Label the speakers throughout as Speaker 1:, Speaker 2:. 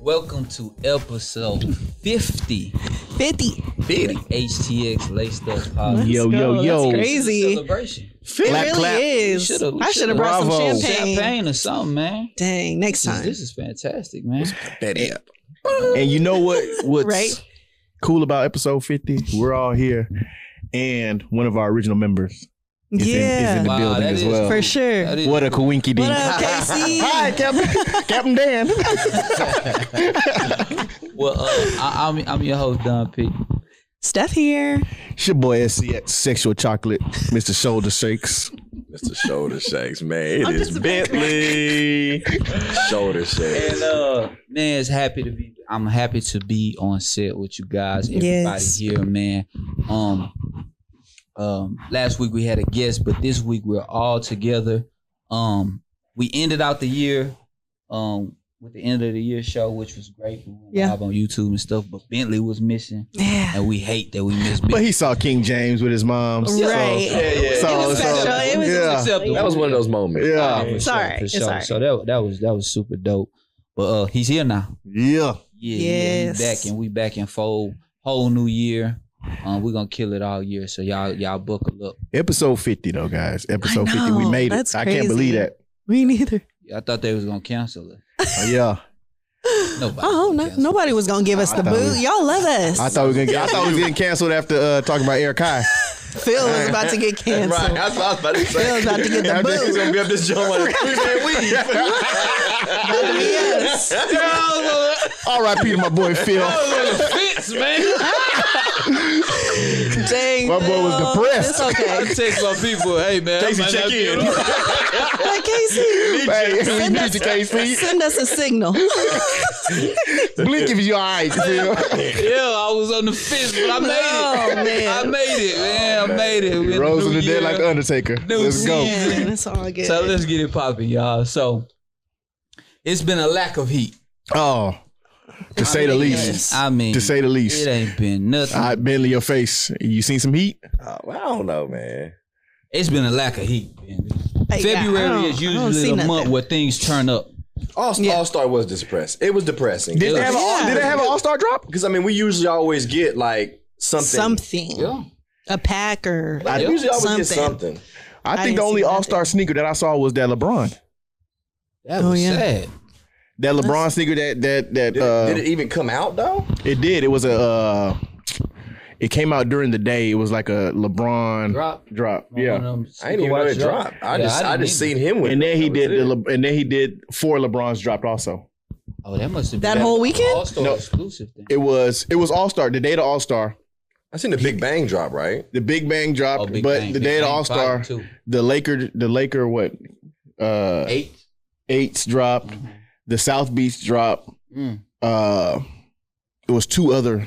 Speaker 1: Welcome to episode 50
Speaker 2: 50.
Speaker 1: 50 HTX Laced Up Podcast.
Speaker 3: Yo,
Speaker 2: Let's
Speaker 3: yo,
Speaker 2: go.
Speaker 3: yo.
Speaker 2: That's
Speaker 1: This is a
Speaker 2: crazy.
Speaker 1: celebration.
Speaker 2: It
Speaker 3: Clap,
Speaker 2: really
Speaker 3: clap.
Speaker 2: is.
Speaker 1: We shoulda- we
Speaker 2: I should have brought
Speaker 3: Bravo.
Speaker 2: some champagne.
Speaker 1: Champagne or something, man.
Speaker 2: Dang, next
Speaker 1: This is,
Speaker 2: time.
Speaker 1: this is fantastic, man.
Speaker 3: And- And you know what? What's
Speaker 2: Right?
Speaker 3: cool about episode 50? We're all here. And one of our original members is, in, is
Speaker 2: yeah,
Speaker 3: in the
Speaker 1: Wow,
Speaker 3: building
Speaker 1: that
Speaker 3: as
Speaker 1: is
Speaker 3: well.
Speaker 2: for sure.
Speaker 1: That is-
Speaker 3: What a coinky
Speaker 2: What up, KC?
Speaker 3: Hi, Captain, Captain Dan.
Speaker 1: well, uh, I, I'm, I'm your host, Don P.
Speaker 2: Steph here.
Speaker 3: it's your boy SCX, Sexual Chocolate, Mr. Shoulder Shakes.
Speaker 4: Mr. Shoulder Shakes, man. it
Speaker 2: I'm
Speaker 4: is
Speaker 2: just about to-
Speaker 4: Bentley. Shoulder Shakes.
Speaker 1: And uh, man, it's happy to be. I'm happy to be on set with you guys. Everybody
Speaker 2: Yes.
Speaker 1: here, man. Um, um, last week we had a guest, but this week we're all together. Um, we ended out the year, um, with the end of the year show, which was great. We went
Speaker 2: Yeah.
Speaker 1: live on YouTube and stuff, but Bentley was missing,
Speaker 2: Yeah.
Speaker 1: and we hate that we missed.
Speaker 3: But
Speaker 1: Bentley.
Speaker 3: he saw King James with his mom. so-
Speaker 2: Right.
Speaker 4: yeah.
Speaker 3: So,
Speaker 2: It was
Speaker 3: so,
Speaker 2: special. It was-
Speaker 3: yeah.
Speaker 1: acceptable.
Speaker 4: That was one of those moments.
Speaker 3: Yeah.
Speaker 1: For sure,
Speaker 2: Sorry.
Speaker 1: for
Speaker 2: It's
Speaker 1: sure.
Speaker 2: alright.
Speaker 1: So that that was that was super dope. But uh, he's here now.
Speaker 3: Yeah.
Speaker 1: Yeah, yeah, we
Speaker 2: Yes.
Speaker 1: back and we back in full whole new year. Um, we're gonna kill it all year. So y'all y'all buckle up.
Speaker 3: Episode 50, though, guys. Episode 50. We
Speaker 2: know,
Speaker 3: made it.
Speaker 2: that's
Speaker 3: I can't believe
Speaker 2: crazy.
Speaker 3: that.
Speaker 2: Me neither.
Speaker 1: I thought they was gonna cancel it.
Speaker 3: Oh, yeah.
Speaker 1: Nobody.
Speaker 2: Oh,
Speaker 1: gonna
Speaker 2: no,
Speaker 1: cancel
Speaker 2: nobody was gonna give us
Speaker 3: I
Speaker 2: the
Speaker 3: thought
Speaker 2: boot.
Speaker 3: we-
Speaker 2: Y'all love us.
Speaker 3: I thought we were gonna get, I thought we was getting canceled after uh, talking about Eric Kai.
Speaker 2: Phil was about to get canceled.
Speaker 4: Right. That's what I was about to say.
Speaker 2: Phil's about to get the
Speaker 4: I think
Speaker 2: boot.
Speaker 4: he's gonna be up this joint like a three-man weave.
Speaker 2: Yes.
Speaker 3: R.I.P. to my boy Phil.
Speaker 1: it. Fits, man.
Speaker 2: Dang.
Speaker 3: My boy was
Speaker 2: Phil.
Speaker 3: depressed.
Speaker 2: It's okay.
Speaker 1: text my people. Hey man,
Speaker 4: Casey, check in.
Speaker 2: But Casey,
Speaker 3: Hey, we
Speaker 2: Send
Speaker 3: need
Speaker 2: us-
Speaker 3: you, KC.
Speaker 2: send us a signal.
Speaker 3: Blink if you're all right, Phil.
Speaker 1: Yeah, I was on the fence, but I made
Speaker 2: Oh man.
Speaker 1: made it, man. I made it. We in the
Speaker 3: Oh, Rose in
Speaker 1: new
Speaker 3: the
Speaker 1: year.
Speaker 3: dead like uh, the Undertaker.
Speaker 1: New
Speaker 3: Let's go.
Speaker 1: season.
Speaker 2: Man, it's all good.
Speaker 1: So let's get it popping, y'all. So it's been a lack of heat.
Speaker 3: Oh, to say the
Speaker 2: mean,
Speaker 3: least.
Speaker 2: yes.
Speaker 1: I mean,
Speaker 3: To say the
Speaker 1: it
Speaker 3: least.
Speaker 1: ain't been nothing.
Speaker 3: I Bentley, your face. You seen some heat?
Speaker 4: Oh, well, I don't know, man.
Speaker 1: It's been a lack of heat. man.
Speaker 2: Hey, God, I
Speaker 1: February
Speaker 2: don't-
Speaker 1: is
Speaker 2: I don't see
Speaker 1: usually the month
Speaker 2: nothing.
Speaker 1: where things turn up.
Speaker 4: All
Speaker 2: Yeah.
Speaker 4: All Star was depressed. It was depressing.
Speaker 3: Did they have,
Speaker 2: Yeah.
Speaker 3: an, did they have an All Star drop?
Speaker 4: Because I mean, we usually always get like something.
Speaker 2: something. A pack or
Speaker 4: Like, we usually always get
Speaker 2: Something.
Speaker 4: something.
Speaker 3: I think
Speaker 2: didn't
Speaker 3: the only
Speaker 2: see nothing.
Speaker 3: All Star sneaker that I saw was that LeBron.
Speaker 1: That
Speaker 2: Oh,
Speaker 1: was
Speaker 2: yeah.
Speaker 1: sad.
Speaker 3: That LeBron sneaker that that that
Speaker 4: Did,
Speaker 3: uh,
Speaker 4: did it even come out though?
Speaker 3: it did. It was a. Uh, it came out during the day. It was like a LeBron
Speaker 1: Drop.
Speaker 3: drop. Yeah.
Speaker 4: I didn't even know it dropped. I
Speaker 1: Yeah,
Speaker 4: just I,
Speaker 1: didn't
Speaker 4: just
Speaker 1: either.
Speaker 4: seen him with.
Speaker 3: And then he
Speaker 4: that was
Speaker 3: did the
Speaker 4: it.
Speaker 3: Le- and then he did four LeBrons dropped also.
Speaker 1: Oh, that must have been
Speaker 2: That whole weekend?
Speaker 1: All-Star
Speaker 3: No.
Speaker 1: exclusive thing.
Speaker 3: It was it was All Star the day of All Star.
Speaker 4: I seen the Big Bang drop, right?
Speaker 3: The Big Bang dropped,
Speaker 1: Oh, Big
Speaker 3: but
Speaker 1: Bang.
Speaker 3: the
Speaker 1: Big
Speaker 3: day of the
Speaker 1: Bang
Speaker 3: All Star,
Speaker 1: five, two.
Speaker 3: the Laker, the Laker, what uh,
Speaker 1: eight. Mm-hmm.
Speaker 3: eights dropped, the South Beach dropped.
Speaker 1: Mm.
Speaker 3: Uh, it was two other,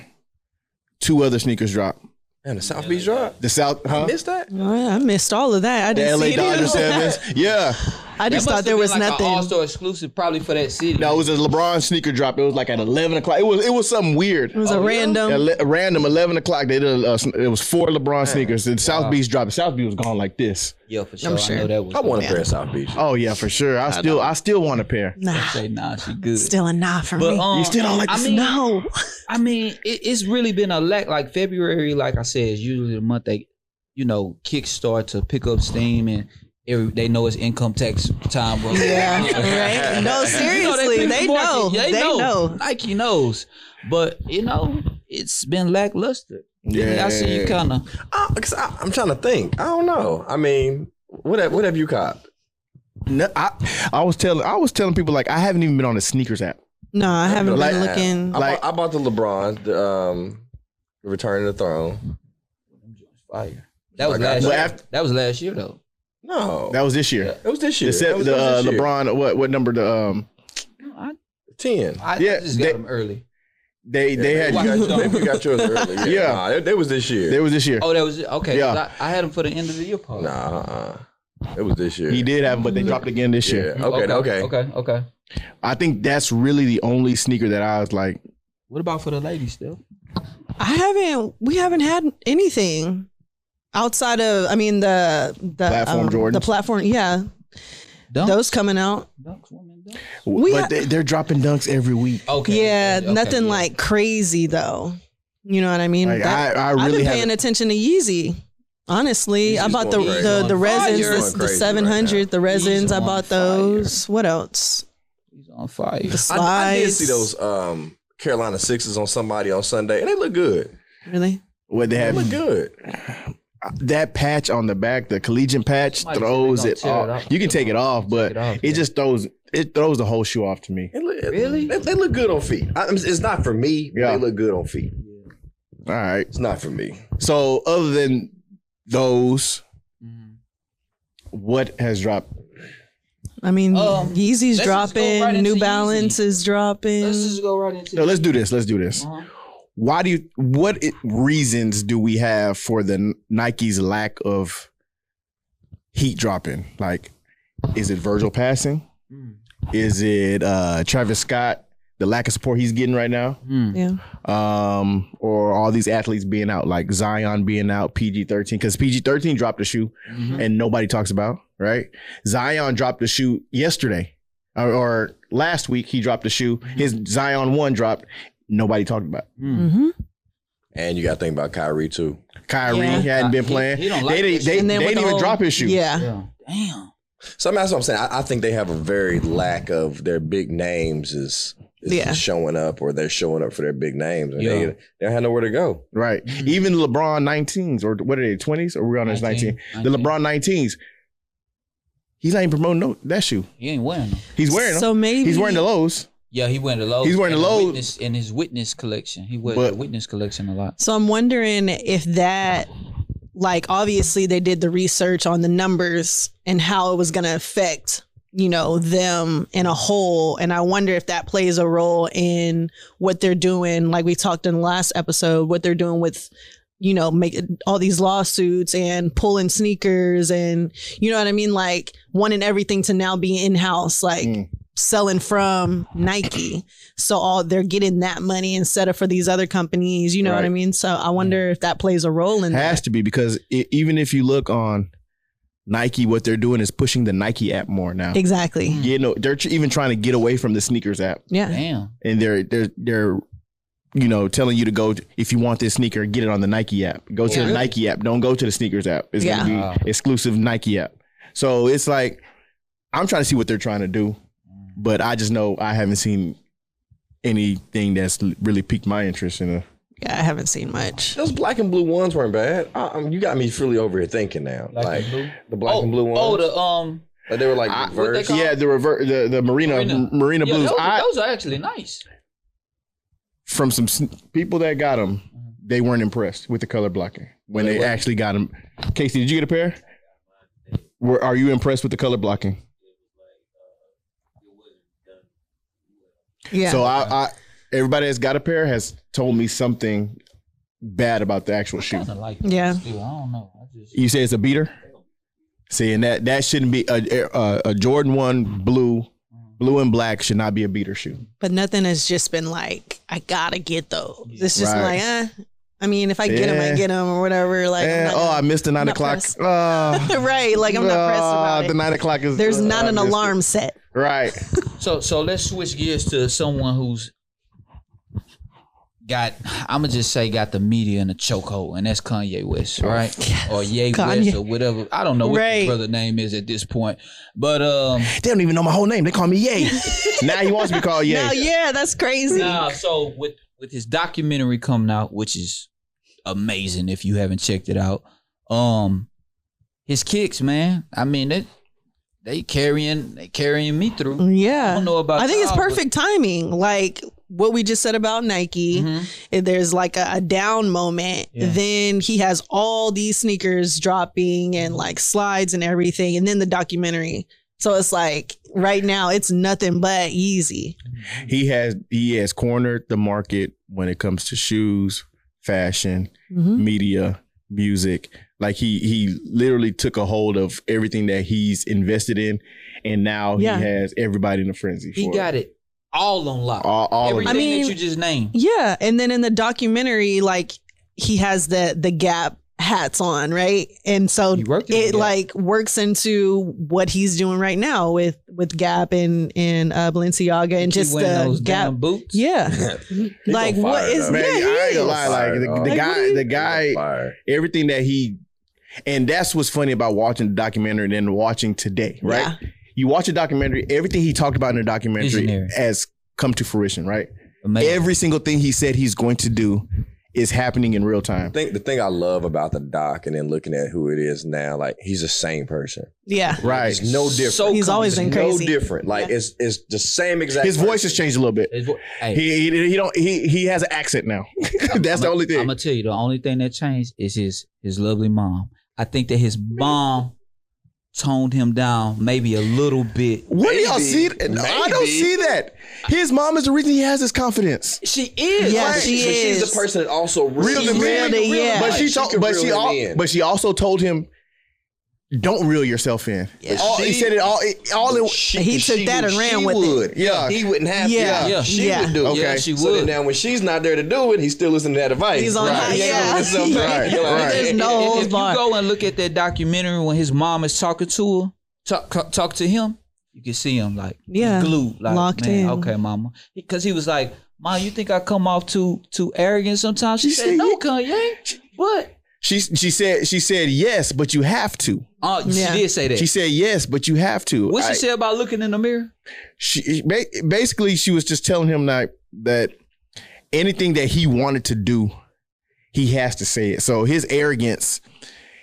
Speaker 3: two other sneakers dropped.
Speaker 4: And the South Beach drop.
Speaker 3: The South, huh?
Speaker 4: Missed that?
Speaker 2: Well, I missed all of that. I
Speaker 3: The
Speaker 2: didn't
Speaker 3: LA
Speaker 2: see any
Speaker 3: Dodgers
Speaker 2: of that.
Speaker 3: sevens. Yeah,
Speaker 2: I just thought there was nothing.
Speaker 1: All Star exclusive, probably for that city.
Speaker 3: no, it was a LeBron sneaker drop. It was like at eleven o'clock. It was it was something weird.
Speaker 1: Mm-hmm.
Speaker 2: it was a random.
Speaker 3: Ele- random eleven o'clock. They did. A, uh, it was four LeBron sneakers. And South Beach dropped. South Beach was gone like this.
Speaker 1: yeah, for sure.
Speaker 2: sure.
Speaker 1: I know that was.
Speaker 4: I want a pair of South Beach.
Speaker 3: Oh yeah, for sure. I, still, I still want a pair.
Speaker 2: Nah,
Speaker 1: Say nah, she good.
Speaker 2: still a nah for
Speaker 1: but
Speaker 2: me.
Speaker 1: um,
Speaker 3: You still don't like
Speaker 1: I
Speaker 3: this?
Speaker 1: mean,
Speaker 2: no.
Speaker 1: I mean, it, it's really been a lack. Like February, like I said, is usually the month they, you know, kickstart to pick up steam and every, they know it's income tax time. bro.
Speaker 2: Yeah. Right? No, seriously.
Speaker 1: pick
Speaker 2: they,
Speaker 1: the market.
Speaker 2: know. They, know.
Speaker 1: Nike knows, but you know, it's been lackluster. I see you kind of.
Speaker 4: I, cause I, am trying to think. I don't know. I mean, what have, what have you copped?
Speaker 3: No, I, I was telling, I was telling people like I haven't even been on the sneakers app.
Speaker 2: No, I haven't
Speaker 3: Like-
Speaker 2: been looking.
Speaker 4: I,
Speaker 3: Like-
Speaker 4: bought, I bought the LeBron, the um, Return of the Throne.
Speaker 1: Fire. That was
Speaker 4: Like, I-
Speaker 1: last
Speaker 3: but
Speaker 1: year.
Speaker 3: after-
Speaker 1: that was last year though.
Speaker 4: No,
Speaker 3: That was this year.
Speaker 4: it was this year.
Speaker 3: The,
Speaker 4: That
Speaker 3: se-
Speaker 4: was-
Speaker 3: the
Speaker 4: that
Speaker 3: uh,
Speaker 4: was this year.
Speaker 3: LeBron, what what number? The um,
Speaker 1: I,
Speaker 4: ten.
Speaker 1: I
Speaker 3: Yeah,
Speaker 1: just
Speaker 3: they-
Speaker 1: got them early.
Speaker 3: they they
Speaker 4: you
Speaker 3: had
Speaker 1: Why-
Speaker 4: got, you got yours early. Yeah,
Speaker 3: Yeah.
Speaker 4: Nah, it, it was this year.
Speaker 3: they was this year.
Speaker 1: Oh, that was it? okay.
Speaker 3: Yeah.
Speaker 1: 'cause I, I had them for the end of the year part.
Speaker 4: nah, uh-uh. it was this year.
Speaker 3: He did have them, but they dropped again this
Speaker 4: Yeah.
Speaker 3: year.
Speaker 4: Okay. Okay.
Speaker 1: Okay. Okay.
Speaker 3: I think that's really the only sneaker that I was like,
Speaker 1: What about for the ladies still?
Speaker 2: I haven't. We haven't had anything outside of. I mean the the
Speaker 3: Platform
Speaker 2: um,
Speaker 3: Jordans.
Speaker 2: The platform. Yeah,
Speaker 1: Dunks.
Speaker 2: those coming out.
Speaker 1: Dunks women. dunks?
Speaker 2: We
Speaker 3: but
Speaker 2: ha-
Speaker 3: they, they're dropping dunks every week.
Speaker 1: Okay.
Speaker 2: yeah,
Speaker 1: okay, okay,
Speaker 2: nothing
Speaker 1: yeah.
Speaker 2: like crazy though. You know what I mean?
Speaker 3: Like
Speaker 2: That-
Speaker 3: I, I
Speaker 2: I've
Speaker 3: really
Speaker 2: been
Speaker 3: have.
Speaker 2: paying attention to Yeezy. Honestly,
Speaker 4: Yeezy's
Speaker 2: I bought the
Speaker 4: going
Speaker 2: the,
Speaker 1: crazy.
Speaker 2: the resins,
Speaker 1: Fire.
Speaker 2: the, the
Speaker 4: Going crazy right now.
Speaker 2: 700, the resins. I
Speaker 1: on
Speaker 2: bought those. What else?
Speaker 1: He's on fire.
Speaker 2: The slides.
Speaker 4: I, I did see those um, Carolina Sixes on somebody on Sunday, and they look good.
Speaker 2: Really?
Speaker 3: What they
Speaker 4: They
Speaker 3: have
Speaker 4: look good.
Speaker 3: that patch on the back, the collegiate patch
Speaker 1: Somebody
Speaker 3: throws
Speaker 1: said they
Speaker 3: it
Speaker 1: gonna tear
Speaker 3: off.
Speaker 1: it up.
Speaker 3: You can take it off, but
Speaker 1: Take it off,
Speaker 3: it
Speaker 1: yeah.
Speaker 3: just throws it throws the whole shoe off to me.
Speaker 4: It look,
Speaker 1: Really?
Speaker 4: They, they look good on feet. I, it's it's not for me. but
Speaker 3: Yeah.
Speaker 4: They look good on feet.
Speaker 3: All right.
Speaker 4: It's not for me.
Speaker 3: So other than those,
Speaker 1: Mhm.
Speaker 3: what has dropped?
Speaker 2: I mean,
Speaker 1: Um, let's
Speaker 2: Yeezy's
Speaker 1: just go
Speaker 2: dropping,
Speaker 1: right into
Speaker 2: New
Speaker 1: Yeezy.
Speaker 2: Balance is dropping.
Speaker 1: Let's just go right into
Speaker 3: No, let's do this. Let's do this.
Speaker 1: Uh-huh.
Speaker 3: Why do you? What it, reasons do we have for the Nike's lack of heat dropping? Like, is it Virgil passing?
Speaker 1: Mm.
Speaker 3: Is it uh Travis Scott? The lack of support he's getting right now.
Speaker 1: Mm.
Speaker 2: yeah.
Speaker 3: um, or all these athletes being out, like Zion being out, PG 13, because PG 13 dropped a shoe
Speaker 2: Mm-hmm.
Speaker 1: Mhm.
Speaker 3: and nobody talks about, right? Zion dropped a shoe yesterday or, or last week, he dropped a shoe. His Zion 1 dropped, nobody talked about.
Speaker 1: Mm.
Speaker 2: Mm-hmm.
Speaker 4: And you got to think about Kyrie too.
Speaker 3: Kyrie
Speaker 2: Yeah.
Speaker 3: hadn't been
Speaker 1: He-
Speaker 3: playing.
Speaker 1: he don't like
Speaker 3: they
Speaker 1: that
Speaker 3: didn't,
Speaker 1: shit.
Speaker 3: they,
Speaker 2: And
Speaker 3: they
Speaker 2: then with
Speaker 3: didn't
Speaker 2: the
Speaker 3: even
Speaker 2: whole-
Speaker 3: drop his shoe.
Speaker 2: Yeah.
Speaker 1: Yeah. Damn.
Speaker 4: So I mean, that's what I'm saying. I, I think they have a very lack of their big names is, is
Speaker 2: Yeah.
Speaker 4: showing up, or they're showing up for their big names, and
Speaker 1: Yeah.
Speaker 4: they, they don't have nowhere to go.
Speaker 3: Right.
Speaker 2: Mm-hmm.
Speaker 1: Mhm.
Speaker 3: Even LeBron 19s, or what are they, 20s? Or we're on his 19. The LeBron 19s, he's not even promoting no, that shoe.
Speaker 1: He ain't wearing them.
Speaker 3: He's wearing them.
Speaker 2: So maybe
Speaker 3: He's wearing the lows.
Speaker 1: Yeah, he wearing the low.
Speaker 3: He's wearing the lows.
Speaker 1: Witness, in his witness collection. He wears
Speaker 3: But-
Speaker 1: the witness collection a lot.
Speaker 2: So I'm wondering if that, like, obviously they did the research on the numbers and how it was going to affect, you know, them in a whole. And I wonder if that plays a role in what they're doing, like we talked in the last episode, what they're doing with. You know, make all these lawsuits and pulling sneakers, and you know what I mean? Like, wanting everything to now be in house. Like,
Speaker 3: Mm.
Speaker 2: selling from Nike. So all they're getting that money instead of for these other companies. You know what I
Speaker 3: Right.
Speaker 2: mean? So I wonder if that plays a role in
Speaker 3: has
Speaker 2: that.
Speaker 3: to be because i even if you look on Nike, what they're doing is pushing the Nike app more now.
Speaker 2: Exactly.
Speaker 3: You know, they're tr- even trying to get away from the sneakers app,
Speaker 2: Yeah.
Speaker 1: Damn.
Speaker 3: and they're they're they're you know telling you to go if you want this sneaker, get it on the Nike app. Go to
Speaker 1: Yeah.
Speaker 3: the Nike app. Don't go to the sneakers app. It's
Speaker 2: Yeah.
Speaker 3: gonna be
Speaker 1: Wow.
Speaker 3: exclusive Nike app. So it's like I'm trying to see what they're trying to do, but I just know I haven't seen anything that's l- really piqued my interest in a
Speaker 2: Yeah. I haven't seen much.
Speaker 4: Those black and blue ones weren't bad. I, I mean, you got me really over here thinking now,
Speaker 1: Black
Speaker 4: like
Speaker 1: and blue?
Speaker 4: the black
Speaker 1: oh,
Speaker 4: and blue ones.
Speaker 1: Oh, the um.
Speaker 4: But they were like
Speaker 3: I-
Speaker 1: what they
Speaker 4: reverse.
Speaker 1: call-
Speaker 3: yeah the rever- the the Marina
Speaker 1: um, Marina.
Speaker 3: Marina, Blues.
Speaker 1: Yeah, those,
Speaker 3: I,
Speaker 1: those are actually nice.
Speaker 3: from some sn- people that got them,
Speaker 2: Mm-hmm.
Speaker 3: they weren't impressed with the color blocking when
Speaker 1: They
Speaker 3: they
Speaker 1: weren't.
Speaker 3: actually got them. Casey, did you get a pair? Were, are you impressed with the color blocking?
Speaker 2: Yeah.
Speaker 3: So I, I, everybody that's got a pair has told me something bad about the actual shoe.
Speaker 1: Kinda like
Speaker 2: Yeah.
Speaker 1: those, too. I don't know. I just
Speaker 3: You say it's a beater. See, and that that shouldn't be a, a, a Jordan one blue,
Speaker 2: Mm-hmm.
Speaker 3: blue and black should not be a beater shoe.
Speaker 2: but nothing has just been like, I gotta get those. It's just
Speaker 3: Right.
Speaker 2: like, eh. I mean, if I get them,
Speaker 3: Yeah.
Speaker 2: I get them or whatever. Like, I'm
Speaker 3: Eh,
Speaker 2: not
Speaker 3: oh, I missed the nine
Speaker 2: not
Speaker 3: o'clock.
Speaker 2: pressed.
Speaker 3: Ah,
Speaker 2: gonna- right. Like, I'm not pressed
Speaker 3: ah,
Speaker 2: about
Speaker 3: The
Speaker 2: it.
Speaker 3: nine o'clock is
Speaker 2: There's
Speaker 3: ah,
Speaker 2: not
Speaker 3: I
Speaker 2: an
Speaker 3: missed it.
Speaker 2: alarm set.
Speaker 3: Right.
Speaker 1: So so let's switch gears to someone who's got I'ma just say got the media in a chokehold, and that's Kanye West, right? Or Ye
Speaker 2: Kanye.
Speaker 1: West or whatever. I don't know what
Speaker 2: Right.
Speaker 1: his brother name is at this point. But um
Speaker 3: They don't even know my whole name. They call me Yay. now he wants to be called Yay.
Speaker 2: Now, yeah, that's crazy.
Speaker 1: nah, so with with his documentary coming out, which is amazing if you haven't checked it out. Um his kicks, man. I mean it they carrying they carrying me through.
Speaker 2: Yeah.
Speaker 1: I don't know about
Speaker 2: I think it's
Speaker 1: y'all, but-
Speaker 2: perfect timing. Like what we just said about Nike,
Speaker 1: Mhm.
Speaker 2: if there's like a, a down moment,
Speaker 1: Yeah.
Speaker 2: then he has all these sneakers dropping
Speaker 1: Mm-hmm.
Speaker 2: and like slides and everything, and then the documentary. So it's like right now it's nothing but Yeezy.
Speaker 3: He has he has cornered the market when it comes to shoes, fashion,
Speaker 2: Mm-hmm.
Speaker 3: media, music. Like he he literally took a hold of everything that he's invested in, and now
Speaker 2: Yeah.
Speaker 3: he has everybody in a frenzy.
Speaker 1: He
Speaker 3: for
Speaker 1: got it all on lock.
Speaker 3: all, all of
Speaker 1: Everything
Speaker 3: it.
Speaker 2: I mean-
Speaker 1: that you just named.
Speaker 2: Yeah, and then in the documentary, like he has the the Gap hats on, right? And so
Speaker 1: He worked in
Speaker 2: it
Speaker 1: Gap.
Speaker 2: like works into what he's doing right now with with Gap and and uh, Balenciaga and
Speaker 1: He
Speaker 2: just
Speaker 1: wearing
Speaker 2: the
Speaker 1: those
Speaker 2: Gap.
Speaker 1: damn boots.
Speaker 2: Yeah, like
Speaker 4: gonna
Speaker 2: what
Speaker 4: fire it
Speaker 2: is
Speaker 4: up.
Speaker 3: Man,
Speaker 2: yeah, he
Speaker 3: I ain't gonna
Speaker 2: is.
Speaker 3: lie. Like the, the
Speaker 2: Like, what do
Speaker 3: guy,
Speaker 2: you-
Speaker 3: the guy,
Speaker 4: Fire.
Speaker 3: everything that he, and that's what's funny about watching the documentary and then watching today, right?
Speaker 2: Yeah.
Speaker 3: You watch a documentary, everything he talked about in the documentary
Speaker 1: Visionary.
Speaker 3: has come to fruition, right?
Speaker 1: Amazing.
Speaker 3: Every single thing he said he's going to do is happening in real
Speaker 4: I
Speaker 3: time.
Speaker 4: think the thing I love about the doc and then looking at who it is now, like he's the same person.
Speaker 2: Yeah,
Speaker 3: Right.
Speaker 4: It's no different.
Speaker 1: So
Speaker 2: He's always
Speaker 1: cool.
Speaker 2: been
Speaker 4: no
Speaker 2: crazy.
Speaker 4: different. Like it's it's the same exact.
Speaker 3: His voice has changed a little bit.
Speaker 1: It's what- Hey,
Speaker 3: He, he he don't he he has an accent now. That's the only
Speaker 1: I'm
Speaker 3: thing.
Speaker 1: gonna tell you the only thing that changed is his his lovely mom. I think that his mom toned him down maybe a little bit.
Speaker 3: What do y'all
Speaker 4: Maybe.
Speaker 3: see? th- I don't
Speaker 4: Maybe.
Speaker 3: see that. His mom is the reason he has this confidence.
Speaker 1: She is.
Speaker 2: Yeah,
Speaker 4: Right.
Speaker 2: she
Speaker 4: but
Speaker 2: is.
Speaker 4: She's the person that also reeled
Speaker 3: Reeled
Speaker 4: him
Speaker 3: him
Speaker 4: in.
Speaker 2: in, yeah.
Speaker 3: But she, told,
Speaker 4: told.
Speaker 3: but she, al- but she also told him, "Don't reel yourself in."
Speaker 2: Yeah.
Speaker 3: All, he
Speaker 4: She-
Speaker 3: said it all. It, all in
Speaker 4: she,
Speaker 2: He
Speaker 4: if
Speaker 2: took
Speaker 4: she
Speaker 2: that
Speaker 4: would-
Speaker 2: and ran
Speaker 4: she
Speaker 2: with it.
Speaker 4: would.
Speaker 3: Yeah.
Speaker 4: Yeah, he wouldn't have.
Speaker 2: Yeah.
Speaker 4: Yeah,
Speaker 1: Yeah.
Speaker 4: she
Speaker 2: Yeah.
Speaker 4: would do. it.
Speaker 3: Okay.
Speaker 1: Yeah, she
Speaker 4: So then
Speaker 1: would.
Speaker 4: now when she's not there to do it, he's still listening to that advice.
Speaker 2: He's on
Speaker 3: Right.
Speaker 2: high.
Speaker 3: He
Speaker 4: ain't
Speaker 2: Yeah,
Speaker 4: doing something right. You're like,
Speaker 2: There's
Speaker 1: And-
Speaker 2: no
Speaker 1: and- and
Speaker 2: holds
Speaker 1: if
Speaker 2: barred.
Speaker 1: you go and look at that documentary when his mom is talking to her, talk talk to him, you can see him like
Speaker 2: Yeah.
Speaker 1: glued, like
Speaker 2: Locked
Speaker 1: man,
Speaker 2: in.
Speaker 1: okay, mama, because he was like, mom, you think I come off too too arrogant sometimes? She
Speaker 3: You
Speaker 1: said,
Speaker 3: see?
Speaker 1: no, Kanye, but
Speaker 3: She she said she said yes, but you have to.
Speaker 1: uh,
Speaker 2: Yeah.
Speaker 1: she did say that.
Speaker 3: She said yes, but you have to.
Speaker 1: what she
Speaker 3: I-
Speaker 1: said about looking in the mirror?
Speaker 3: she ba- basically she was just telling him like that anything that he wanted to do, he has to say it. So his arrogance,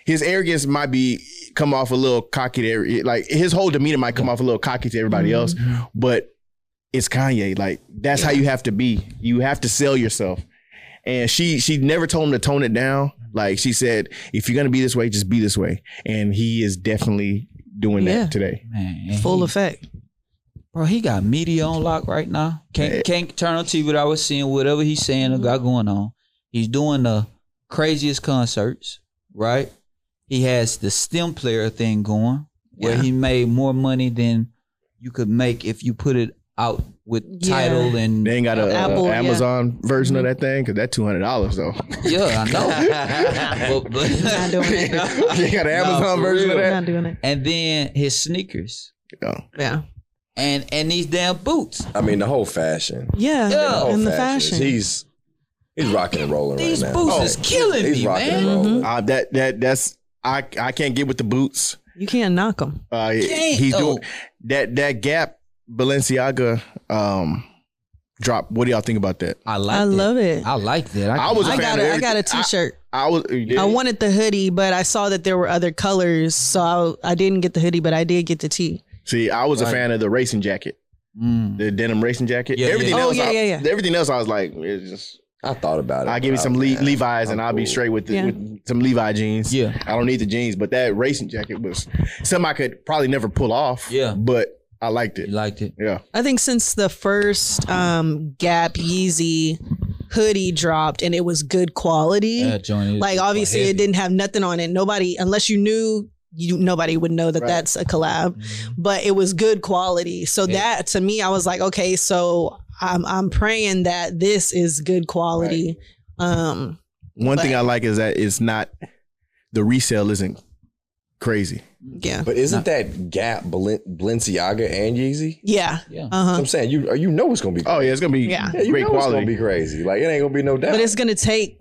Speaker 3: his arrogance might be come off a little cocky to every, like his whole demeanor might come off a little cocky to everybody else, but it's Kanye. Like that's how you have to be. You have to sell yourself. And she she never told him to tone it down. Like she said, if you're gonna be this way, just be this way. And he is definitely doing
Speaker 2: Yeah.
Speaker 3: that today.
Speaker 1: Man, and
Speaker 2: full
Speaker 1: he-
Speaker 2: effect.
Speaker 1: Bro, he got media on lock right now. Can't
Speaker 3: Hey.
Speaker 1: can't turn on TV without seeing whatever he's saying or got going on. He's doing the craziest concerts, right? He has the stem player thing going, where
Speaker 2: Yeah.
Speaker 1: he made more money than you could make if you put it out with
Speaker 2: Yeah.
Speaker 1: title and
Speaker 3: They ain't got a,
Speaker 2: Apple,
Speaker 3: a
Speaker 2: yeah. Mm-hmm.
Speaker 3: Amazon version of that thing because that two hundred dollars though.
Speaker 1: yeah, I know. but, but
Speaker 2: Not doing it.
Speaker 3: they got an Amazon
Speaker 1: for
Speaker 3: version
Speaker 1: real.
Speaker 3: of
Speaker 2: Not doing it.
Speaker 1: and then his sneakers
Speaker 3: that. Oh.
Speaker 2: Yeah,
Speaker 1: and and these damn boots.
Speaker 4: I mean, the whole fashion.
Speaker 1: Yeah.
Speaker 2: yeah,
Speaker 4: The whole
Speaker 2: in the
Speaker 4: fashion.
Speaker 2: fashion.
Speaker 4: He's he's rocking and rolling
Speaker 1: These
Speaker 4: right
Speaker 1: boots
Speaker 4: now.
Speaker 3: Oh,
Speaker 1: is killing
Speaker 4: Oh, he's
Speaker 1: me,
Speaker 4: rocking
Speaker 1: man.
Speaker 4: and rolling.
Speaker 3: Uh, that that that's I I can't get with the boots.
Speaker 2: you can't knock him.
Speaker 3: Uh,
Speaker 1: Can't-
Speaker 3: he's
Speaker 1: oh.
Speaker 3: doing that that Gap Balenciaga um drop. What do y'all think about that?
Speaker 1: I like.
Speaker 2: I
Speaker 1: that.
Speaker 2: love it.
Speaker 1: I like that. I,
Speaker 3: I
Speaker 1: can-
Speaker 3: was a
Speaker 2: I
Speaker 3: fan
Speaker 2: got
Speaker 3: of
Speaker 2: a, I got a
Speaker 3: everything. I-
Speaker 2: T-shirt.
Speaker 3: I was uh,
Speaker 2: I wanted the hoodie, but I saw that there were other colors, so I, I didn't get the hoodie, but I did get the tee.
Speaker 3: see. I was a
Speaker 1: Right.
Speaker 3: fan of the racing jacket,
Speaker 1: Mm.
Speaker 3: the denim racing jacket.
Speaker 1: Yeah, yeah,
Speaker 3: everything
Speaker 1: yeah.
Speaker 2: Oh,
Speaker 3: else,
Speaker 2: yeah,
Speaker 3: I-
Speaker 2: yeah, yeah.
Speaker 3: Everything else, I was like, it's just
Speaker 4: I thought about it.
Speaker 3: I give me
Speaker 4: but
Speaker 3: some
Speaker 4: I-
Speaker 3: Le-
Speaker 4: man,
Speaker 3: Levi's and
Speaker 4: I'm
Speaker 3: I'll be
Speaker 4: cool.
Speaker 3: straight with, the,
Speaker 2: Yeah.
Speaker 3: with some Levi jeans.
Speaker 1: Yeah.
Speaker 3: I don't need the jeans, but that racing jacket was something I could probably never pull off.
Speaker 1: Yeah.
Speaker 3: But I liked
Speaker 1: You
Speaker 3: it.
Speaker 1: liked it.
Speaker 3: Yeah.
Speaker 2: I think since the first um, Gap Yeezy hoodie dropped, and it was good quality.
Speaker 1: That joint is
Speaker 2: like obviously it
Speaker 1: heavy.
Speaker 2: didn't have nothing on it nobody unless you knew you nobody would know that
Speaker 3: Right.
Speaker 2: that's a collab but it was good quality so
Speaker 1: Yeah.
Speaker 2: that to me i was like okay so i'm i'm praying that this is good quality um
Speaker 3: One
Speaker 2: But-
Speaker 3: thing I like is that it's not the resale isn't crazy.
Speaker 2: yeah
Speaker 4: But isn't that Gap Balen- Balenciaga and Yeezy?
Speaker 2: yeah
Speaker 1: Yeah.
Speaker 2: uh-huh
Speaker 4: I'm saying you you know it's gonna be.
Speaker 3: Oh yeah, it's gonna be
Speaker 2: Yeah.
Speaker 4: Yeah, you
Speaker 3: great
Speaker 4: know it's gonna
Speaker 3: quality.
Speaker 4: be crazy. Like it ain't gonna be no doubt.
Speaker 2: but it's gonna take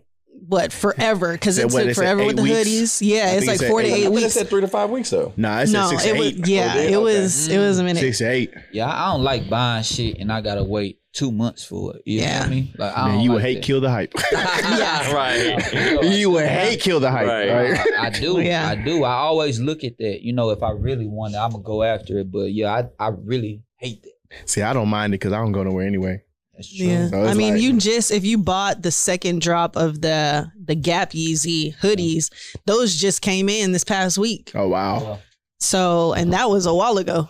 Speaker 2: what forever because
Speaker 3: Said
Speaker 2: it
Speaker 3: what,
Speaker 2: took
Speaker 3: they said
Speaker 2: forever with
Speaker 3: eight
Speaker 2: the
Speaker 3: weeks?
Speaker 2: hoodies yeah
Speaker 3: I
Speaker 2: it's
Speaker 3: think
Speaker 2: like
Speaker 3: it said
Speaker 2: four to
Speaker 3: eight-
Speaker 2: eight
Speaker 4: I thought it
Speaker 2: weeks
Speaker 4: said three to five weeks though.
Speaker 3: nah, it's
Speaker 2: no
Speaker 3: six
Speaker 2: it
Speaker 3: to
Speaker 2: was
Speaker 3: eight. Mm-hmm.
Speaker 2: yeah
Speaker 4: Oh, yeah,
Speaker 2: it was
Speaker 1: okay.
Speaker 2: it was a minute
Speaker 3: six to eight.
Speaker 1: Yeah, I don't like buying shit and I gotta wait two months for it. You know
Speaker 2: Yeah.
Speaker 1: what I mean? Like, I
Speaker 2: Oh,
Speaker 3: Man,
Speaker 1: don't
Speaker 3: you would
Speaker 1: like
Speaker 3: hate
Speaker 1: that.
Speaker 3: kill the hype.
Speaker 1: yeah, right.
Speaker 3: you would hate kill the hype.
Speaker 4: Right.
Speaker 3: right?
Speaker 1: I, I do.
Speaker 2: Yeah.
Speaker 1: I do. I always look at that. You know, if I really want it, I'm gonna go after it. But yeah, I, I really hate that.
Speaker 3: See, I don't mind it because I don't go nowhere anyway.
Speaker 1: That's true.
Speaker 2: Yeah,
Speaker 3: So it's
Speaker 2: I mean,
Speaker 3: like-
Speaker 2: you just if you bought the second drop of the the Gap Yeezy hoodies, those just came in this past week.
Speaker 3: Oh wow.
Speaker 2: So, and that was a while ago.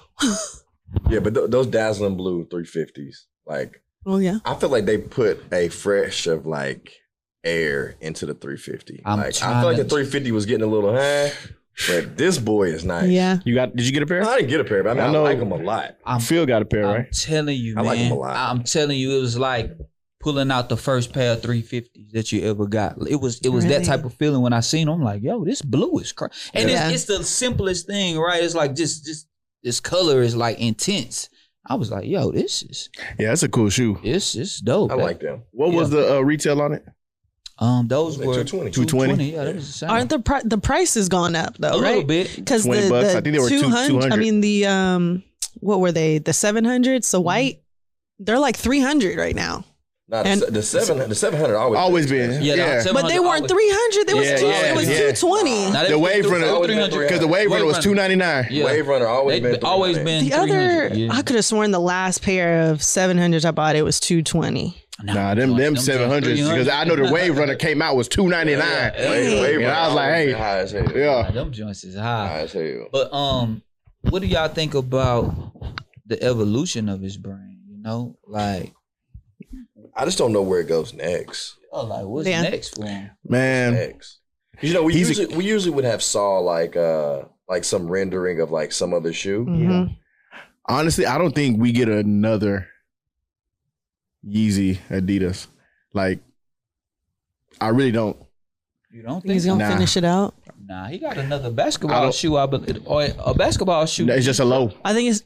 Speaker 4: Yeah, but th- those dazzling blue 350s, like
Speaker 2: Oh yeah,
Speaker 4: I feel like they put a fresh of like air into the 350.
Speaker 1: I'm
Speaker 4: like I
Speaker 1: trying
Speaker 4: feel like
Speaker 1: to-
Speaker 4: the 350 was getting a little high, but this boy is nice.
Speaker 2: yeah.
Speaker 3: You got did you get a pair?
Speaker 4: I didn't get a pair, but I, mean,
Speaker 3: I
Speaker 4: I,
Speaker 3: know-
Speaker 2: Um,
Speaker 4: like them a lot.
Speaker 1: I'm,
Speaker 3: Phil got a pair,
Speaker 1: I'm
Speaker 3: right?
Speaker 1: telling you,
Speaker 4: I
Speaker 1: man.
Speaker 4: like 'em a lot.
Speaker 1: I'm telling you, it was like pulling out the first pair of 350s that you ever got. It was it was that
Speaker 2: Really?
Speaker 1: type of feeling when I seen them. I'm like, yo, this blue is crazy. And
Speaker 2: Yeah.
Speaker 1: it's, it's the simplest thing, right? It's like just just this color is like intense. I was like, yo, this is
Speaker 3: Yeah, that's a cool shoe.
Speaker 1: this is dope.
Speaker 4: I like them.
Speaker 3: What was the uh, retail on it?
Speaker 1: um those
Speaker 4: Like
Speaker 1: were
Speaker 4: 220.
Speaker 1: 220. Yeah, that was the same.
Speaker 2: Aren't the pri- the price has gone up though,
Speaker 1: a
Speaker 2: right?
Speaker 1: little bit.
Speaker 2: Because
Speaker 3: 20
Speaker 2: the,
Speaker 3: bucks.
Speaker 2: the
Speaker 3: I think they were two-
Speaker 2: 200, I
Speaker 3: 200.
Speaker 2: mean the um, what were they? The seven hundreds, the white. They're like three hundred right now,
Speaker 4: Nah, the
Speaker 2: And-
Speaker 4: se- the seven the seven hundred always
Speaker 3: Always been.
Speaker 1: Yeah,
Speaker 3: Yeah.
Speaker 2: but they weren't three hundred. They was
Speaker 3: Yeah,
Speaker 2: two.
Speaker 3: yeah,
Speaker 2: it was
Speaker 3: yeah.
Speaker 2: two twenty.
Speaker 4: Nah,
Speaker 3: The wave runner. Because the wave runner was two
Speaker 1: two.
Speaker 3: ninety nine.
Speaker 1: Yeah.
Speaker 4: Wave runner always
Speaker 1: They've
Speaker 4: been
Speaker 1: been- always
Speaker 4: 300.
Speaker 1: been
Speaker 2: The other,
Speaker 1: 300, yeah.
Speaker 2: I could have sworn the last pair of seven hundreds I bought it was two twenty.
Speaker 3: Nah, them them seven hundreds. Because I know the wave runner came out was two ninety nine.
Speaker 4: Yeah, wave-
Speaker 2: Yeah.
Speaker 4: wave
Speaker 3: And I
Speaker 4: runner
Speaker 3: was like,
Speaker 4: always
Speaker 3: hey,
Speaker 4: been high as hell.
Speaker 1: Nah,
Speaker 3: Yeah.
Speaker 1: them joints is
Speaker 4: High
Speaker 1: high.
Speaker 4: as hell.
Speaker 1: But um, what do y'all think about the evolution of his brand? You know, like,
Speaker 4: I just don't know where it goes next.
Speaker 1: oh, like what's
Speaker 2: Yeah.
Speaker 1: next for him?
Speaker 3: Man.
Speaker 4: Next. You know, we
Speaker 3: He's a-
Speaker 4: usually we usually would have saw like uh like some rendering of like some other shoe.
Speaker 3: Mm-hmm.
Speaker 2: Mhm.
Speaker 3: Honestly, I don't think we get another Yeezy Adidas. Like, I really don't.
Speaker 1: You don't
Speaker 2: Think
Speaker 1: think?
Speaker 2: He's gonna
Speaker 3: Nah.
Speaker 2: finish it out.
Speaker 1: Nah, he got another
Speaker 3: I
Speaker 1: basketball
Speaker 3: don't-
Speaker 1: shoe. I believe, or a basketball shoe.
Speaker 3: It's just a low.
Speaker 2: I think it's.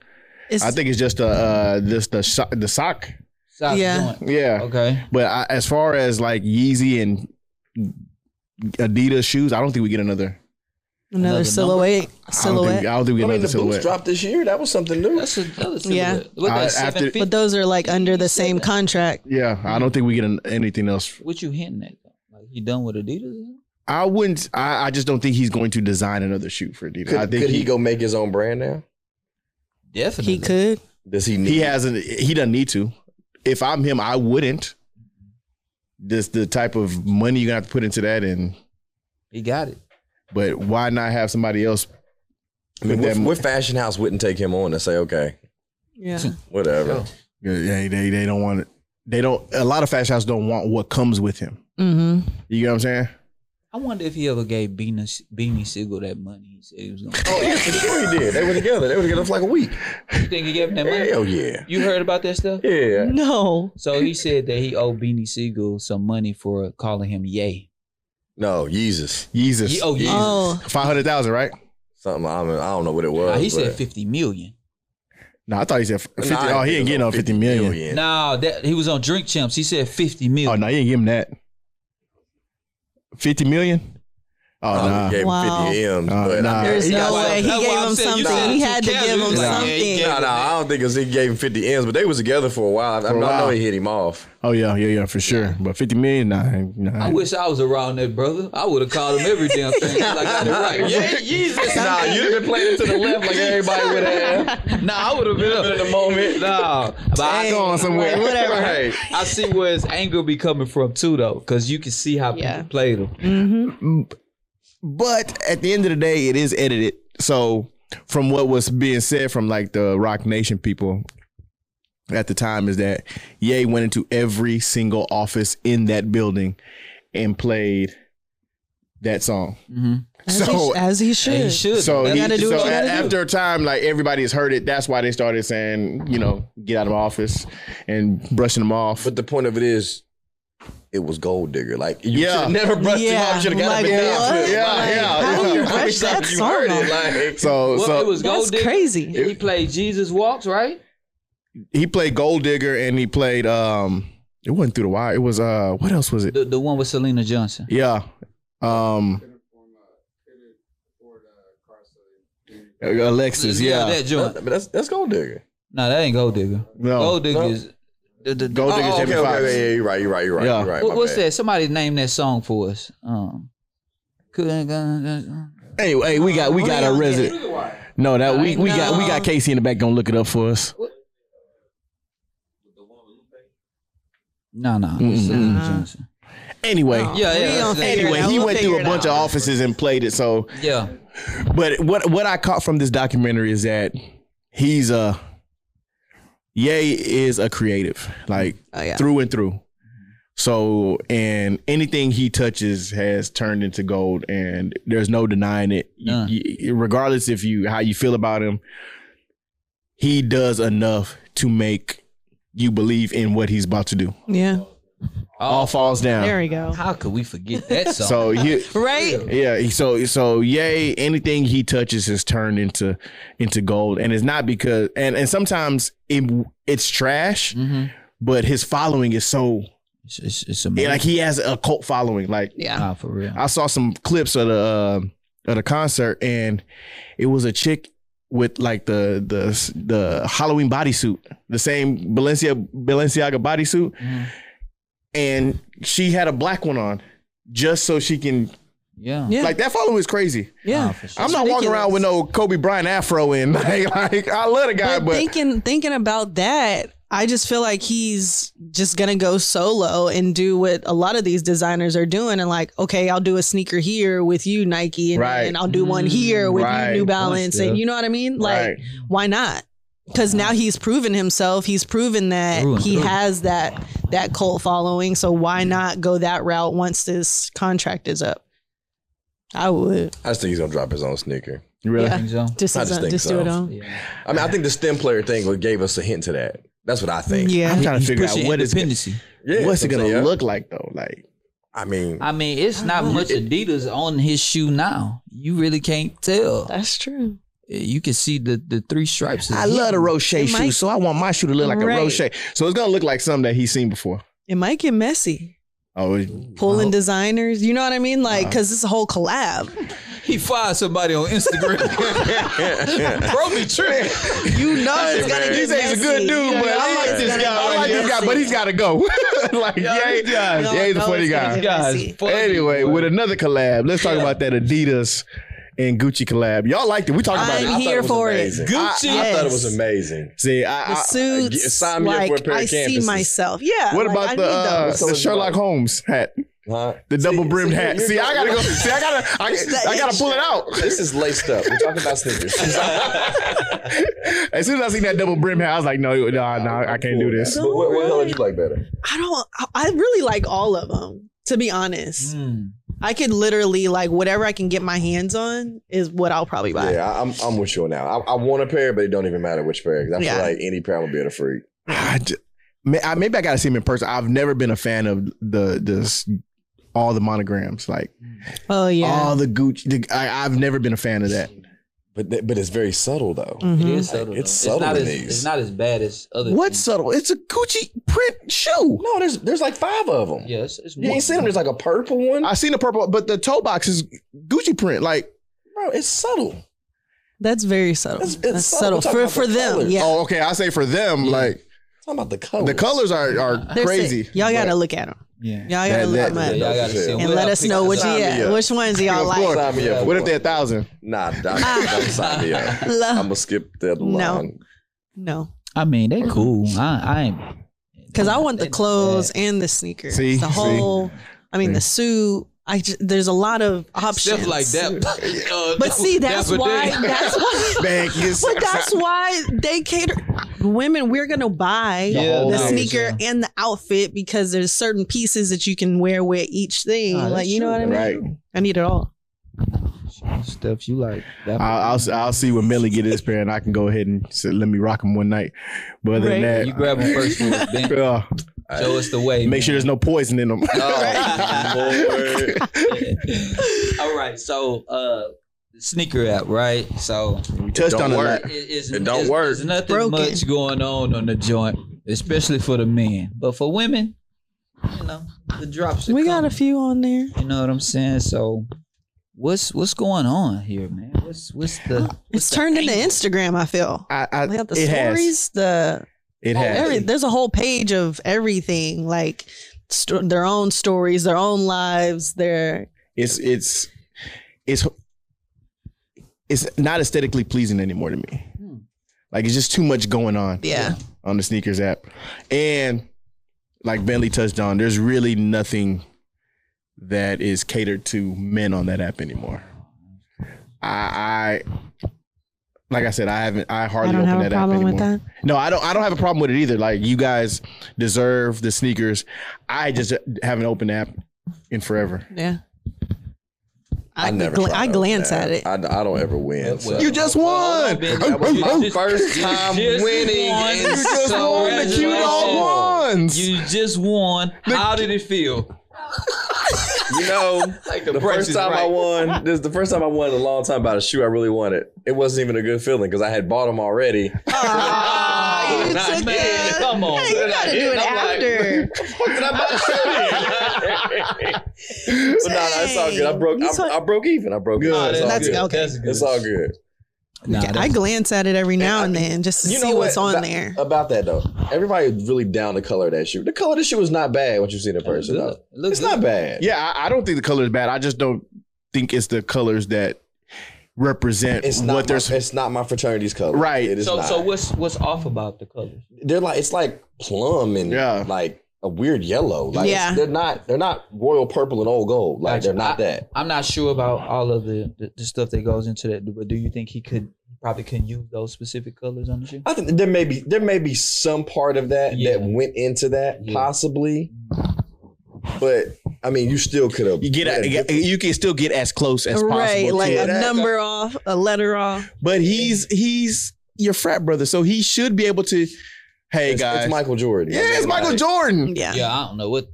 Speaker 2: It's,
Speaker 3: I think it's just the uh, just the so- the sock.
Speaker 1: Stop
Speaker 2: Yeah.
Speaker 1: doing-
Speaker 3: Yeah.
Speaker 1: Okay.
Speaker 3: But I, as far as like Yeezy and Adidas shoes, I don't think we get another
Speaker 2: another,
Speaker 1: another
Speaker 2: silhouette.
Speaker 3: I don't
Speaker 2: Silhouette.
Speaker 3: think, I don't think we get
Speaker 4: I
Speaker 3: another
Speaker 4: mean, the boots
Speaker 3: silhouette.
Speaker 4: dropped this year. That was something new.
Speaker 1: That's another
Speaker 2: Yeah.
Speaker 1: silhouette. What
Speaker 3: Uh,
Speaker 1: that
Speaker 3: after-
Speaker 1: seven
Speaker 2: but those are like under the same contract.
Speaker 3: Yeah, I don't think we get an, anything else.
Speaker 1: What you hinting at? Though? Like he done with Adidas?
Speaker 3: I wouldn't. I, I just don't think he's going to design another shoe for Adidas.
Speaker 4: Could,
Speaker 3: I think
Speaker 4: could he, go make his own brand now?
Speaker 1: Definitely.
Speaker 2: He could.
Speaker 4: Does he need?
Speaker 3: He hasn't. He doesn't need to. If I'm him, I wouldn't. This the type of money you're gonna have to put into that, and
Speaker 1: He got it.
Speaker 3: but why not have somebody else?
Speaker 4: I mean,
Speaker 3: with
Speaker 4: what,
Speaker 3: that-
Speaker 4: what fashion house wouldn't take him on and say, okay,
Speaker 2: Yeah.
Speaker 4: whatever?
Speaker 3: Oh. Yeah, they they don't want it. They don't. A lot of fashion houses don't want what comes with him.
Speaker 2: Mm-hmm.
Speaker 3: You get what I'm saying?
Speaker 1: I wonder if he ever gave Beanie, Beanie Siegel that money. He said he was gonna.
Speaker 4: Oh yeah, for sure he did. They were together. They were together for like a week.
Speaker 1: You think he gave him that money?
Speaker 4: Hell yeah,
Speaker 1: You heard about that stuff?
Speaker 4: yeah.
Speaker 2: No.
Speaker 1: So he said that he owed Beanie Siegel some money for calling him Yay.
Speaker 4: No, Jesus,
Speaker 3: Yeezus.
Speaker 1: Ye- oh, Yeezus.
Speaker 2: Oh.
Speaker 3: Five hundred thousand, right?
Speaker 4: something. I, mean, I don't know what it was.
Speaker 1: Nah, he said
Speaker 4: but-
Speaker 1: fifty million.
Speaker 3: No, I thought he said f- fifty.
Speaker 4: Nah, I
Speaker 3: oh, he
Speaker 4: think
Speaker 3: ain't
Speaker 4: it
Speaker 3: getting
Speaker 4: was
Speaker 3: on fifty million.
Speaker 4: million.
Speaker 1: No, that he was on Drink Champs. He said fifty million.
Speaker 3: Oh no, he ain't give him that. Fifty million. Oh
Speaker 4: Oh,
Speaker 3: nah.
Speaker 4: gave him
Speaker 2: Wow.
Speaker 4: 50 M's.
Speaker 3: Nah,
Speaker 4: but
Speaker 3: nah.
Speaker 4: I mean,
Speaker 2: There's
Speaker 4: he
Speaker 2: no
Speaker 4: got-
Speaker 1: why-
Speaker 2: way. He
Speaker 1: that's why
Speaker 2: gave
Speaker 1: I'm
Speaker 2: him
Speaker 1: saying you
Speaker 2: something.
Speaker 1: got
Speaker 2: He
Speaker 1: two
Speaker 2: had to give
Speaker 1: calories.
Speaker 2: him
Speaker 1: Like, yeah,
Speaker 2: something.
Speaker 1: he gave
Speaker 4: No,
Speaker 1: him
Speaker 4: no,
Speaker 1: that.
Speaker 4: I don't think it's he gave him 50 M's, but they was together for a while. I,
Speaker 3: a
Speaker 4: mean, I know
Speaker 3: while.
Speaker 4: he hit him off.
Speaker 3: Oh yeah, yeah, yeah, for sure. But fifty million, nah, nah.
Speaker 1: I wish I was around that brother. I would have called him every damn thing. 'cause I got it right. Yeah, Jesus.
Speaker 4: Nah, you'd have been playing it to the left like everybody would have.
Speaker 1: Nah, I would have been up in the moment. Nah, but I,
Speaker 2: Dang.
Speaker 3: going somewhere.
Speaker 2: Whatever.
Speaker 4: Right.
Speaker 1: I see where his anger be coming from too, though, because you can see how
Speaker 2: Yeah.
Speaker 1: people played him.
Speaker 2: Mm-hmm.
Speaker 3: But at the end of the day, it is edited. So from what was being said from like the Rock Nation people at the time is that Ye went into every single office in that building and played that song.
Speaker 2: As,
Speaker 3: So-
Speaker 2: he, as he should.
Speaker 1: And he should.
Speaker 3: So,
Speaker 1: That's
Speaker 3: he,
Speaker 1: what
Speaker 2: gotta do
Speaker 3: so
Speaker 2: what you
Speaker 3: a-
Speaker 2: gotta do.
Speaker 3: after a time, like everybody's heard it. That's why they started saying, you know, get out of my office and brushing them off.
Speaker 4: But the point of it is, it was Gold Digger. Like, you
Speaker 3: Yeah.
Speaker 4: should never brushed
Speaker 2: Yeah,
Speaker 4: him off. Should have got
Speaker 2: like,
Speaker 4: him down.
Speaker 2: what?
Speaker 4: Like,
Speaker 3: Yeah, yeah,
Speaker 4: how
Speaker 3: yeah.
Speaker 4: do you
Speaker 3: How
Speaker 2: many
Speaker 4: rush that
Speaker 2: times
Speaker 4: you
Speaker 2: song
Speaker 4: heard
Speaker 2: off?
Speaker 4: it? Like,
Speaker 3: so
Speaker 1: well,
Speaker 3: so
Speaker 1: it was
Speaker 2: That's
Speaker 1: Gold Digger.
Speaker 2: crazy.
Speaker 1: He played Jesus Walks, right?
Speaker 3: he played Gold Digger and he played um it wasn't through the wire. It was uh what else was it?
Speaker 1: The, the one with Selena Johnson.
Speaker 3: Yeah. Um Alexis, yeah.
Speaker 1: that joint.
Speaker 4: but that's, that's Gold Digger.
Speaker 1: No, that ain't Gold Digger.
Speaker 3: No.
Speaker 1: Gold Digger
Speaker 4: No.
Speaker 1: is the, the, uh,
Speaker 3: Gold
Speaker 4: Oh,
Speaker 3: Digger's
Speaker 4: okay,
Speaker 3: Jamie
Speaker 4: okay,
Speaker 3: Foxx.
Speaker 4: okay, yeah, you're right, you're right, you're right,
Speaker 3: Yeah.
Speaker 4: you're right.
Speaker 1: What,
Speaker 4: my
Speaker 1: what's
Speaker 4: bad.
Speaker 1: that? Somebody name that song for us. Um, couldn't go-
Speaker 3: Anyway, hey, we got we got a resident. No, that we, we got we
Speaker 2: No.
Speaker 3: got Casey in the back gonna look it up for us.
Speaker 1: no, no, it's Selena
Speaker 2: Mm-mm.
Speaker 1: Johnson.
Speaker 3: Anyway,
Speaker 1: Yeah,
Speaker 2: We
Speaker 1: yeah.
Speaker 2: gonna
Speaker 1: yeah.
Speaker 2: figure it
Speaker 3: anyway,
Speaker 2: out.
Speaker 3: he
Speaker 2: We'll
Speaker 3: went
Speaker 2: figure
Speaker 3: through a
Speaker 2: it
Speaker 3: bunch
Speaker 2: out.
Speaker 3: of offices and played it. So,
Speaker 1: yeah.
Speaker 3: but what what I caught from this documentary is that he's a Ye is a creative. Like
Speaker 2: Oh, yeah. Mm-hmm.
Speaker 3: through and through. So, and anything he touches has turned into gold, and there's no denying it. You-
Speaker 1: None.
Speaker 3: you- regardless if you how you feel about him, he does enough to make you believe in what he's about to do.
Speaker 2: Yeah.
Speaker 3: All falls
Speaker 2: There
Speaker 3: down.
Speaker 2: we go.
Speaker 1: How could we forget that song?
Speaker 3: So he,
Speaker 2: Right?
Speaker 3: yeah, he- so so yay, anything he touches is turned into into gold, and it's not because and and sometimes it, it's
Speaker 2: Mm-hmm.
Speaker 3: trash,
Speaker 1: Mhm.
Speaker 3: but his following is so
Speaker 1: It's, it's, it's
Speaker 3: yeah,
Speaker 1: amazing.
Speaker 3: like he has a cult following. Like
Speaker 2: Yeah.
Speaker 1: Nah, for real.
Speaker 3: I saw some clips of the uh, of the concert, and it was a chick with like the the the Halloween bodysuit, the same Balenciaga Balenciaga bodysuit,
Speaker 2: Mm-hmm.
Speaker 1: Mhm.
Speaker 3: and she had a black one on, just so she can
Speaker 1: Yeah.
Speaker 2: Yeah.
Speaker 3: like that. Following is crazy.
Speaker 1: Nah,
Speaker 2: yeah.
Speaker 1: for sure.
Speaker 3: I'm not walking around with no Kobe Bryant afro in. Like, like I love the guy,
Speaker 2: but,
Speaker 3: but,
Speaker 2: thinking thinking about that, I just feel like he's just gonna go solo and do what a lot of these designers are doing, and like, okay, I'll do a sneaker here with you, Nike, and,
Speaker 3: Right.
Speaker 2: and I'll do one here with
Speaker 3: Right.
Speaker 2: you, New Balance,
Speaker 1: yeah.
Speaker 2: and you know what I mean? Like,
Speaker 3: Right.
Speaker 2: why not? Because now he's proven himself. He's proven that
Speaker 1: Through and
Speaker 2: he
Speaker 1: through.
Speaker 2: has that that cult following. So why not go that route once this contract is up? I would.
Speaker 4: I just think he's gonna drop his own sneaker.
Speaker 3: really,
Speaker 1: Think so?
Speaker 2: Just,
Speaker 4: I just
Speaker 2: as a-
Speaker 4: think
Speaker 2: just do it
Speaker 4: so.
Speaker 2: on.
Speaker 1: Yeah.
Speaker 4: I mean, I think the STEM player thing gave us a hint to that. That's what I think.
Speaker 2: Yeah.
Speaker 3: I'm trying to
Speaker 1: He's
Speaker 3: figure out
Speaker 1: pushing
Speaker 3: what is
Speaker 1: independency.
Speaker 4: Yeah,
Speaker 3: what's it
Speaker 4: I'm
Speaker 3: gonna
Speaker 4: saying, yeah.
Speaker 3: look like though. Like,
Speaker 4: I mean,
Speaker 1: I mean, it's not much Adidas on his shoe now. You really can't tell.
Speaker 2: That's true.
Speaker 1: You can see the, the three stripes. is
Speaker 3: I love the
Speaker 1: hidden.
Speaker 3: Roche
Speaker 2: It might-
Speaker 3: shoe, so I want my shoe to look like
Speaker 2: Right.
Speaker 3: a Roche. So it's gonna look like something that he's seen before.
Speaker 2: It might get messy.
Speaker 3: Oh, it-
Speaker 2: Pulling designers, you know what I mean? Like, because it's a whole collab.
Speaker 1: He fired somebody on Instagram.
Speaker 3: Bro, me tripping.
Speaker 2: You know, it's gonna
Speaker 3: He
Speaker 2: get
Speaker 3: says he's a
Speaker 2: messy.
Speaker 3: good dude,
Speaker 2: You
Speaker 3: but
Speaker 2: know,
Speaker 3: I like
Speaker 2: it's
Speaker 3: this
Speaker 2: gonna
Speaker 3: guy. I
Speaker 2: get
Speaker 3: like this guy,
Speaker 2: messy.
Speaker 3: but he's got to go. like, yeah,
Speaker 1: this guy.
Speaker 3: yeah, he's a
Speaker 2: No,
Speaker 3: funny
Speaker 2: it's gonna
Speaker 3: guy.
Speaker 2: get
Speaker 1: Guys,
Speaker 2: messy.
Speaker 1: funny,
Speaker 3: Anyway,
Speaker 1: boy.
Speaker 3: with another collab, let's talk about that Adidas and Gucci collab. Y'all liked it. We talked about
Speaker 2: I'm
Speaker 3: it.
Speaker 4: I thought
Speaker 2: here
Speaker 4: was
Speaker 2: for it.
Speaker 4: amazing.
Speaker 1: Gucci.
Speaker 4: I, I thought it was
Speaker 2: Yes.
Speaker 4: amazing.
Speaker 3: See, I,
Speaker 2: The
Speaker 3: I,
Speaker 4: get-
Speaker 2: suits,
Speaker 4: sign me up
Speaker 2: like,
Speaker 4: for a pair of
Speaker 2: I see
Speaker 4: canvases.
Speaker 2: myself. Yeah.
Speaker 3: what
Speaker 2: like, I
Speaker 3: about
Speaker 2: need
Speaker 3: the, uh,
Speaker 2: those.
Speaker 3: the Sherlock Holmes hat,
Speaker 4: Huh?
Speaker 3: the double brimmed
Speaker 4: see,
Speaker 3: hat?
Speaker 4: you're
Speaker 3: See, I
Speaker 4: going-
Speaker 3: gotta go. See, I gotta, I,
Speaker 2: that
Speaker 3: I gotta pull it
Speaker 2: extra.
Speaker 3: out.
Speaker 4: This is laced up. We're talking about sneakers.
Speaker 3: As soon as I seen that double brim hat, I was like, no, no, no, I can't do this.
Speaker 4: But what, what color do you like better?
Speaker 2: I don't. I- I really like all of them. To be honest,
Speaker 1: Mm.
Speaker 2: I could literally like whatever I can get my hands on is what I'll probably buy.
Speaker 4: Yeah, I, I'm I'm with you now. I, I want a pair, but it don't even matter which pair because I
Speaker 2: Yeah.
Speaker 4: feel like any pair I'm a bit of freak.
Speaker 3: I ju- May- I- maybe I gotta see him in person. I've never been a fan of the the s- all the monograms, like
Speaker 2: Oh yeah.
Speaker 3: all the Gucci. The, I, I've never been a fan of that.
Speaker 4: But th- but it's very subtle though.
Speaker 1: It
Speaker 2: Mhm.
Speaker 1: is
Speaker 3: Hmm.
Speaker 1: subtle.
Speaker 4: It's
Speaker 1: though.
Speaker 4: subtle
Speaker 1: not
Speaker 4: in
Speaker 1: as,
Speaker 4: these.
Speaker 1: It's not as bad as other.
Speaker 3: What
Speaker 1: things.
Speaker 3: subtle? It's a Gucci print shoe.
Speaker 4: No, there's there's like five of them.
Speaker 1: Yeah, it's, it's
Speaker 4: You
Speaker 1: more-
Speaker 4: ain't seen them. There's like a purple one.
Speaker 3: I seen the purple, but the toe box is Gucci print. Like,
Speaker 4: Bro, it's subtle.
Speaker 2: That's very subtle.
Speaker 4: It's-
Speaker 2: That's,
Speaker 4: it's subtle.
Speaker 2: subtle,
Speaker 4: We're talking
Speaker 2: for for
Speaker 4: about the
Speaker 2: them.
Speaker 4: colors.
Speaker 2: Yeah.
Speaker 3: oh, okay. I say for them,
Speaker 1: Yeah. Oh.
Speaker 3: like
Speaker 4: Talking about the color.
Speaker 3: the colors are are
Speaker 2: They're sick.
Speaker 3: crazy.
Speaker 2: Y'all
Speaker 3: but-
Speaker 2: gotta look at them.
Speaker 1: Yeah.
Speaker 2: Y'all
Speaker 3: That-
Speaker 2: gotta look
Speaker 3: that-
Speaker 2: at
Speaker 1: Yeah,
Speaker 2: them
Speaker 1: y'all gotta see
Speaker 4: And
Speaker 1: them.
Speaker 2: and let us know what you
Speaker 4: Sign me
Speaker 2: yeah,
Speaker 4: up.
Speaker 2: which ones
Speaker 3: Of
Speaker 2: y'all
Speaker 3: course.
Speaker 2: like.
Speaker 4: Sign me up.
Speaker 3: What if they're a thousand?
Speaker 4: Nah, don't, don't sign me up. I'm
Speaker 2: Love.
Speaker 4: gonna skip the other
Speaker 2: No.
Speaker 4: line.
Speaker 2: No,
Speaker 1: I mean, they cool. I, I ain't.
Speaker 2: because I want
Speaker 1: They
Speaker 2: the
Speaker 1: not
Speaker 2: clothes
Speaker 1: bad.
Speaker 2: and the sneakers.
Speaker 3: See?
Speaker 2: the
Speaker 3: See?
Speaker 2: whole. I mean, the suit. I ju- there's a lot of options.
Speaker 1: Stuff like that. Uh,
Speaker 2: But see, that's
Speaker 1: what
Speaker 2: why.
Speaker 1: they-
Speaker 2: That's why.
Speaker 3: Man, it's-
Speaker 2: But that's why they cater women. We're gonna buy
Speaker 3: The
Speaker 1: Yeah,
Speaker 3: whole
Speaker 2: the
Speaker 3: thing.
Speaker 2: sneaker and the outfit because there's certain pieces that you can wear with each thing.
Speaker 1: Ah,
Speaker 2: like
Speaker 1: that's
Speaker 2: you know what I mean.
Speaker 3: right.
Speaker 2: I need it all.
Speaker 1: Stuff you like. That-
Speaker 3: I'll, I'll I'll see when Millie get his pair, and I can go ahead and say, let me rock him one night. But other
Speaker 1: you
Speaker 3: than
Speaker 1: grab them first, for us,
Speaker 3: that,
Speaker 1: Ben.
Speaker 3: uh,
Speaker 1: Show us the way.
Speaker 3: make sure there's no poison in them.
Speaker 4: Oh, Lord.
Speaker 1: All right, so uh, sneaker app, right? So
Speaker 3: we touched
Speaker 4: Don't
Speaker 3: on it.
Speaker 4: work.
Speaker 3: like-
Speaker 1: it's,
Speaker 4: It don't
Speaker 1: it's-
Speaker 4: work.
Speaker 1: There's nothing
Speaker 2: Broken.
Speaker 1: much going on on the joint, especially for the men. But for women, you know, the drops. Are
Speaker 2: We got a
Speaker 1: coming.
Speaker 2: few on there.
Speaker 1: You know what I'm saying? So, what's what's going on here, man? What's what's the?
Speaker 2: It's turned into Instagram. I feel.
Speaker 3: I, I,
Speaker 2: They have the
Speaker 3: it has.
Speaker 2: stories. The
Speaker 3: It has.
Speaker 2: every, there's a whole page of everything like st- their own stories their own lives their
Speaker 3: it's it's it's it's not aesthetically pleasing anymore to me.
Speaker 1: Hmm.
Speaker 3: Like it's just too much going on
Speaker 2: yeah
Speaker 3: on the sneakers app, and like Bentley touched on, there's really nothing that is catered to men on that app anymore. I, I like I said, I haven't. I hardly
Speaker 2: i don't
Speaker 3: open
Speaker 2: have a
Speaker 3: that app
Speaker 2: problem
Speaker 3: anymore.
Speaker 2: with that
Speaker 3: No, I don't. I don't have a problem with it either. Like you guys deserve the sneakers. I just haven't opened the app in forever.
Speaker 2: yeah I,
Speaker 4: never.
Speaker 2: gl-
Speaker 4: try
Speaker 2: I
Speaker 4: those,
Speaker 2: glance
Speaker 4: man.
Speaker 2: at it.
Speaker 4: I, I don't ever win. So.
Speaker 3: You just won.
Speaker 4: that was my Oh, first time
Speaker 1: You just
Speaker 4: winning.
Speaker 1: won.
Speaker 4: and
Speaker 1: You
Speaker 3: just
Speaker 4: so
Speaker 3: won the cute
Speaker 1: Congratulations.
Speaker 3: all ones.
Speaker 1: You just won. How did it feel?
Speaker 4: You know,
Speaker 1: Like
Speaker 4: the, first time I won, this is the first time I won in a long time about a shoe I really wanted. It wasn't even a good feeling because I had bought them already.
Speaker 2: Ah,
Speaker 1: Oh,
Speaker 2: you
Speaker 1: not
Speaker 2: took
Speaker 1: bad.
Speaker 2: the-
Speaker 1: Come on.
Speaker 2: Hey, you
Speaker 1: Said I
Speaker 2: gotta do
Speaker 1: did.
Speaker 2: it
Speaker 1: I'm like,
Speaker 2: after.
Speaker 4: What did I buy a shoe? but no, no, it's all good. I broke.
Speaker 2: You
Speaker 4: I,
Speaker 2: took-
Speaker 4: I broke even. I broke. even.
Speaker 1: Nah,
Speaker 4: It's all
Speaker 2: That's
Speaker 4: good.
Speaker 2: good. okay.
Speaker 1: That's good.
Speaker 4: It's all good.
Speaker 1: Nah,
Speaker 2: Yeah, I
Speaker 1: that's-
Speaker 2: glance at it every now and then just to see what's
Speaker 4: what?
Speaker 2: on
Speaker 4: Tha-
Speaker 2: there.
Speaker 4: About that though, everybody really down the color of that shoe. The color of the shoe is not bad once you see it in person.
Speaker 1: good.
Speaker 4: Though.
Speaker 1: It looks
Speaker 4: It's not
Speaker 1: good.
Speaker 4: bad.
Speaker 3: Yeah, I, I don't think the color is bad. I just don't think it's the colors that represent
Speaker 4: It's
Speaker 3: what
Speaker 4: not. My,
Speaker 3: they're.
Speaker 4: it's not my fraternity's color.
Speaker 3: Right.
Speaker 4: It is
Speaker 1: So,
Speaker 4: not.
Speaker 1: so what's what's off about the colors?
Speaker 4: they're like it's like plum and
Speaker 3: Yeah.
Speaker 4: like a weird yellow. Like it's-
Speaker 2: Yeah.
Speaker 4: they're not they're not royal purple and old gold. Like
Speaker 1: Gotcha.
Speaker 4: they're not
Speaker 1: I-
Speaker 4: that.
Speaker 1: I'm not sure about all of the, the, the stuff that goes into that, but do you think he could probably couldn't use those specific colors on the shoe?
Speaker 4: I think there may be there may be some part of that
Speaker 1: Yeah.
Speaker 4: that went into that
Speaker 1: Yeah.
Speaker 4: possibly, but I mean you still could have
Speaker 3: You get,
Speaker 4: yeah,
Speaker 3: you get- you can still get as close as possible.
Speaker 2: Right, like
Speaker 3: to
Speaker 2: a
Speaker 3: it.
Speaker 4: that-
Speaker 2: number off, a letter off.
Speaker 3: but he's he's your frat brother, so he should be able to. Hey
Speaker 4: it's,
Speaker 3: guys,
Speaker 4: it's Michael Jordan.
Speaker 3: yeah, it's
Speaker 4: Like,
Speaker 3: Michael Jordan,
Speaker 2: Yeah.
Speaker 1: Yeah, I don't know what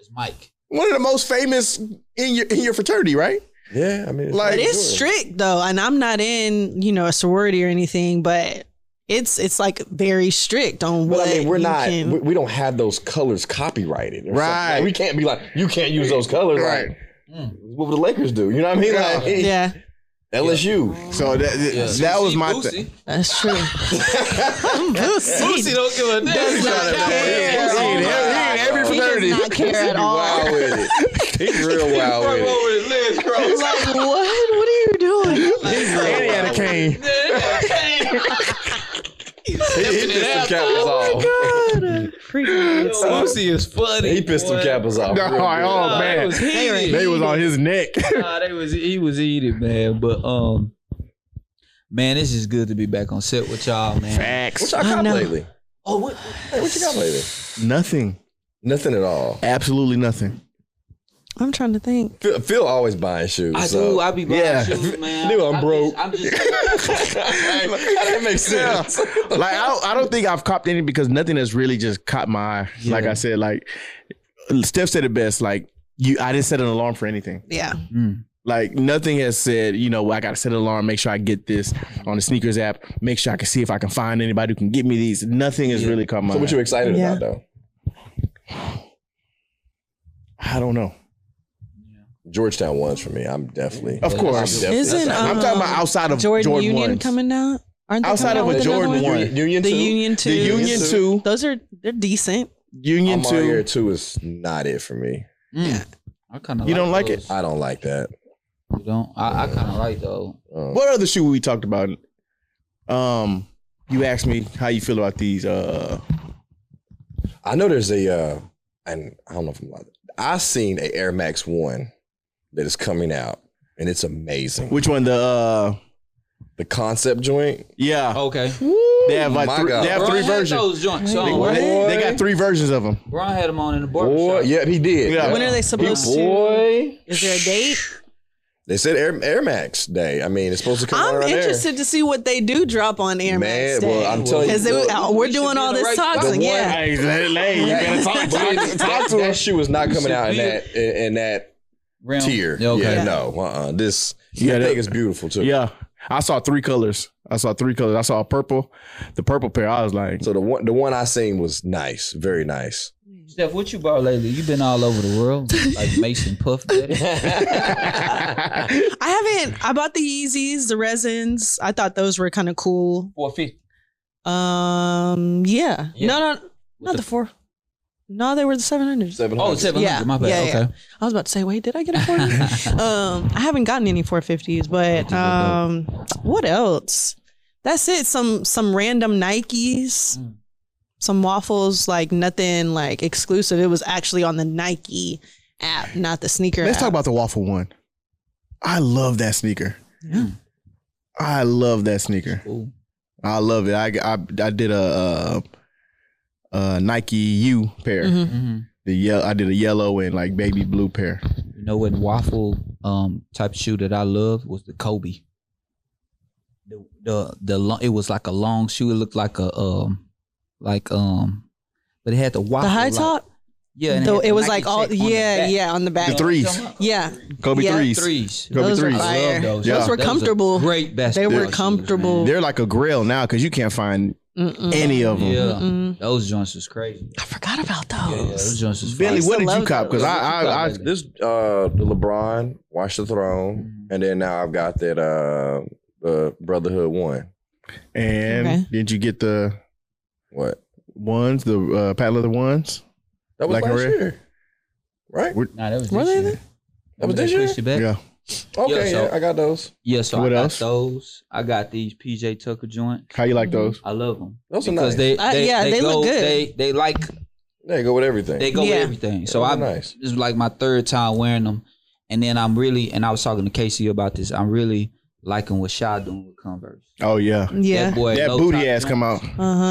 Speaker 1: it's Mike.
Speaker 3: one of the most famous in your in your fraternity, right?
Speaker 4: Yeah, I mean
Speaker 3: Like-
Speaker 2: But
Speaker 4: Michael
Speaker 2: it's
Speaker 4: Jordan.
Speaker 2: strict though, and I'm not in, you know, a sorority or anything, but it's it's like very strict on
Speaker 4: But
Speaker 2: what
Speaker 4: I mean, we're
Speaker 2: you
Speaker 4: not.
Speaker 2: can-
Speaker 4: We, we don't have those colors copyrighted, or something.
Speaker 3: Right.
Speaker 4: Like, we can't be like, you can't use those colors. Right.
Speaker 3: Right.
Speaker 4: what would the Lakers do? You know what I mean?
Speaker 3: Yeah.
Speaker 4: Like
Speaker 2: yeah,
Speaker 4: LSU.
Speaker 3: So that that, that was my thing.
Speaker 2: that's true. Boosie
Speaker 1: don't give a
Speaker 2: does not care. Oh
Speaker 3: Boosie ain't every-
Speaker 2: my
Speaker 3: he ain't every
Speaker 2: He does
Speaker 3: fraternity.
Speaker 2: not care at all.
Speaker 4: Wild with it. He's real wild with it.
Speaker 2: like what? What are you doing?
Speaker 3: And he had a cane.
Speaker 4: He pissed some cappers
Speaker 2: Oh
Speaker 4: off.
Speaker 2: my god! Freaking idiots.
Speaker 1: Lucy is funny.
Speaker 4: He pissed some
Speaker 1: boy.
Speaker 4: cappers off.
Speaker 3: No,
Speaker 4: real good.
Speaker 3: oh
Speaker 1: Nah, they
Speaker 3: man,
Speaker 1: was
Speaker 2: They were
Speaker 1: heated.
Speaker 3: they was on his neck.
Speaker 1: Nah, they was he was eating, man. But um, man, this is good to be back on set with y'all, man.
Speaker 4: What
Speaker 3: Facts.
Speaker 4: y'all
Speaker 2: I
Speaker 4: got
Speaker 2: know.
Speaker 4: lately?
Speaker 1: Oh, what?
Speaker 4: Hey, what you got lately?
Speaker 3: Nothing.
Speaker 4: Nothing at all.
Speaker 3: Absolutely nothing.
Speaker 2: I'm trying to think.
Speaker 4: Phil, Phil always buying shoes.
Speaker 1: I
Speaker 4: so.
Speaker 1: do. I be buying
Speaker 3: Yeah.
Speaker 1: shoes, man.
Speaker 4: Dude, I'm broke.
Speaker 1: Just, I'm just.
Speaker 4: that makes sense.
Speaker 3: like I don't, I don't think I've copped any because nothing has really just caught my eye. Like I said, like Steph said it best. Like you, I didn't set an alarm for anything.
Speaker 2: Yeah,
Speaker 1: Mm.
Speaker 3: Like nothing has said. You know, well, I got to set an alarm. Make sure I get this on the sneakers app. Make sure I can see if I can find anybody who can get me these. Nothing has
Speaker 1: Yeah.
Speaker 3: really caught my.
Speaker 4: So what you
Speaker 3: eye.
Speaker 4: excited
Speaker 2: Yeah.
Speaker 4: about though?
Speaker 3: I don't know.
Speaker 4: Georgetown ones for me. I'm definitely.
Speaker 3: Of
Speaker 1: Yeah,
Speaker 3: course,
Speaker 4: I'm
Speaker 2: Isn't,
Speaker 4: definitely-
Speaker 2: um,
Speaker 3: I'm talking about outside of
Speaker 2: Jordan,
Speaker 3: Jordan,
Speaker 2: Union
Speaker 3: ones.
Speaker 2: coming out. Aren't they
Speaker 3: Outside
Speaker 2: coming out
Speaker 3: of a
Speaker 2: with another
Speaker 3: Jordan
Speaker 2: one?
Speaker 3: one.
Speaker 4: Union
Speaker 2: The
Speaker 4: two.
Speaker 2: Union two.
Speaker 3: The Union
Speaker 4: Union
Speaker 3: two,
Speaker 2: Those are they're decent.
Speaker 3: Union
Speaker 4: I'm all ear
Speaker 3: two.
Speaker 4: two is not it for me.
Speaker 1: Mm. I kind of.
Speaker 3: You don't like
Speaker 4: I don't like that.
Speaker 1: You don't. I, I kind of like though.
Speaker 4: Um,
Speaker 3: What other shoe we talked about? Um, you asked me how you feel about these. Uh,
Speaker 4: I know there's a, uh, and I don't know if I'm lying. I seen a Air Max One that is coming out, and it's amazing.
Speaker 3: which one? The uh,
Speaker 4: the concept joint.
Speaker 3: yeah.
Speaker 1: Oh, Okay.
Speaker 3: They have like
Speaker 4: Oh my
Speaker 3: three,
Speaker 4: God.
Speaker 3: they have three
Speaker 1: Brian had
Speaker 3: versions.
Speaker 1: Those joints.
Speaker 2: Wait,
Speaker 1: So,
Speaker 2: what?
Speaker 3: They, they
Speaker 4: Boy.
Speaker 3: got three versions of them.
Speaker 1: Brian had them on in the
Speaker 4: Boy,
Speaker 1: barbershop.
Speaker 4: yeah, he did.
Speaker 3: Yeah.
Speaker 2: When are they supposed to?
Speaker 4: Boy,
Speaker 2: Is there a date?
Speaker 4: they said Air, Air Max Day. I mean, it's supposed to come out
Speaker 2: I'm
Speaker 4: around there.
Speaker 2: interested to see what they do drop on Air
Speaker 4: Man,
Speaker 2: Max Day.
Speaker 4: well, I'm telling you,
Speaker 2: because they-
Speaker 4: the-
Speaker 2: uh,
Speaker 1: We
Speaker 2: we're
Speaker 1: should
Speaker 2: doing
Speaker 1: be
Speaker 2: all
Speaker 1: in the
Speaker 2: this
Speaker 1: right
Speaker 2: toxin.
Speaker 4: spot.
Speaker 2: yeah,
Speaker 3: Hey, hey, you better talk to him.
Speaker 4: That- that, that shoe is not coming out in
Speaker 1: be-
Speaker 4: that in, in that
Speaker 1: Realm.
Speaker 4: tier.
Speaker 1: Okay.
Speaker 4: Yeah,
Speaker 2: Yeah.
Speaker 4: no, uh, uh this
Speaker 3: Yeah,
Speaker 4: yeah,
Speaker 3: that-
Speaker 4: that thing is beautiful too.
Speaker 3: Yeah, I saw three colors. I saw three colors. I saw a purple, the purple pair. I was like,
Speaker 4: So the one the one I seen was nice, very nice.
Speaker 1: Steph, what you bought lately? You've been all over the world, like Mason Puff. Daddy.
Speaker 2: I haven't. I bought the Yeezys, the resins. I thought those were kind of cool.
Speaker 1: Four fifty.
Speaker 2: Um, yeah.
Speaker 1: Yeah.
Speaker 2: no, no, not
Speaker 1: the-
Speaker 2: the, four. No, they were the seven hundreds.
Speaker 4: Seven
Speaker 1: Oh,
Speaker 4: hundred.
Speaker 1: 700.
Speaker 2: Yeah,
Speaker 1: My bad.
Speaker 2: yeah, yeah.
Speaker 1: okay.
Speaker 2: I was about to say, wait, did I get a forty? um, I haven't gotten any four fifties, but um, what else? That's it. Some some random Nikes,
Speaker 1: Mm.
Speaker 2: some waffles. Like nothing like exclusive. It was actually on the Nike app, not the sneaker.
Speaker 3: let's
Speaker 2: app.
Speaker 3: talk about the waffle one. I love that sneaker.
Speaker 1: Yeah.
Speaker 3: I love that sneaker.
Speaker 1: Cool.
Speaker 3: I love it. I I, I did a, a, a Nike U pair.
Speaker 2: Mhm.
Speaker 1: Mhm.
Speaker 3: The yellow. I did a yellow and like baby blue pair.
Speaker 1: You know what waffle um type of shoe that I loved was the Kobe. The the the long, it was like a long shoe. It looked like a um like um, but it had the waffle
Speaker 2: the high
Speaker 1: like-
Speaker 2: top,
Speaker 1: Yeah, and
Speaker 2: though
Speaker 1: had the
Speaker 2: it was
Speaker 1: Nike
Speaker 2: like all
Speaker 1: check on the
Speaker 2: yeah,
Speaker 1: back.
Speaker 2: yeah on the back.
Speaker 3: The threes.
Speaker 2: Yeah,
Speaker 3: Kobe
Speaker 2: Yeah.
Speaker 3: threes.
Speaker 1: threes.
Speaker 3: Kobe
Speaker 2: those were
Speaker 3: threes.
Speaker 1: I
Speaker 2: fire.
Speaker 1: love those.
Speaker 3: Yeah.
Speaker 2: Those were
Speaker 1: was a
Speaker 2: comfortable.
Speaker 1: Great basketball.
Speaker 2: were
Speaker 1: shoes, man.
Speaker 2: comfortable.
Speaker 3: They're like a grail now because you can't find
Speaker 2: Mm-mm.
Speaker 3: any of them.
Speaker 1: Yeah.
Speaker 2: Mm-mm.
Speaker 1: Those joints was crazy.
Speaker 2: I forgot about
Speaker 1: Yeah, yeah, those
Speaker 2: those.
Speaker 1: joints was
Speaker 3: Billy,
Speaker 1: fire.
Speaker 2: used
Speaker 3: what
Speaker 2: to
Speaker 3: did you
Speaker 2: love
Speaker 3: cop? Because
Speaker 1: those.
Speaker 3: I, I, I,
Speaker 1: Those were
Speaker 4: This uh the LeBron, Watch the Throne, and then now I've got that uh the Brotherhood one.
Speaker 3: and
Speaker 2: Okay.
Speaker 3: did you get the
Speaker 4: What?
Speaker 3: ones, the uh, Pat Leather ones?
Speaker 4: That was
Speaker 3: Black and
Speaker 4: last
Speaker 3: red?
Speaker 4: year. Right?
Speaker 1: Nah, that was
Speaker 2: Were
Speaker 1: this
Speaker 2: they
Speaker 1: year.
Speaker 2: then?
Speaker 4: That was
Speaker 1: They
Speaker 4: this year?
Speaker 1: pushed it back.
Speaker 3: Yeah.
Speaker 4: Okay,
Speaker 1: so-
Speaker 4: yeah, I got those.
Speaker 1: Yeah, so
Speaker 3: What
Speaker 1: I
Speaker 3: else?
Speaker 1: got those. I got these PJ Tucker joints.
Speaker 3: How you like
Speaker 2: Mhm.
Speaker 3: those?
Speaker 1: I love them
Speaker 4: Those are
Speaker 1: because
Speaker 4: nice.
Speaker 1: they,
Speaker 2: Uh,
Speaker 1: they
Speaker 2: yeah,
Speaker 1: they,
Speaker 2: they
Speaker 1: go,
Speaker 2: look good.
Speaker 1: They they like
Speaker 4: they go with everything.
Speaker 1: they go
Speaker 2: Yeah.
Speaker 1: with everything. So
Speaker 4: Those are
Speaker 1: I
Speaker 4: nice.
Speaker 1: this is like my third time wearing them, and then I'm really and I was talking to Casey about this. I'm really liking what Shaw doing with Converse.
Speaker 3: Oh yeah,
Speaker 1: that,
Speaker 2: Yeah.
Speaker 1: boy,
Speaker 3: that
Speaker 1: low top
Speaker 3: booty ass
Speaker 1: joints-
Speaker 3: come out.
Speaker 2: Uh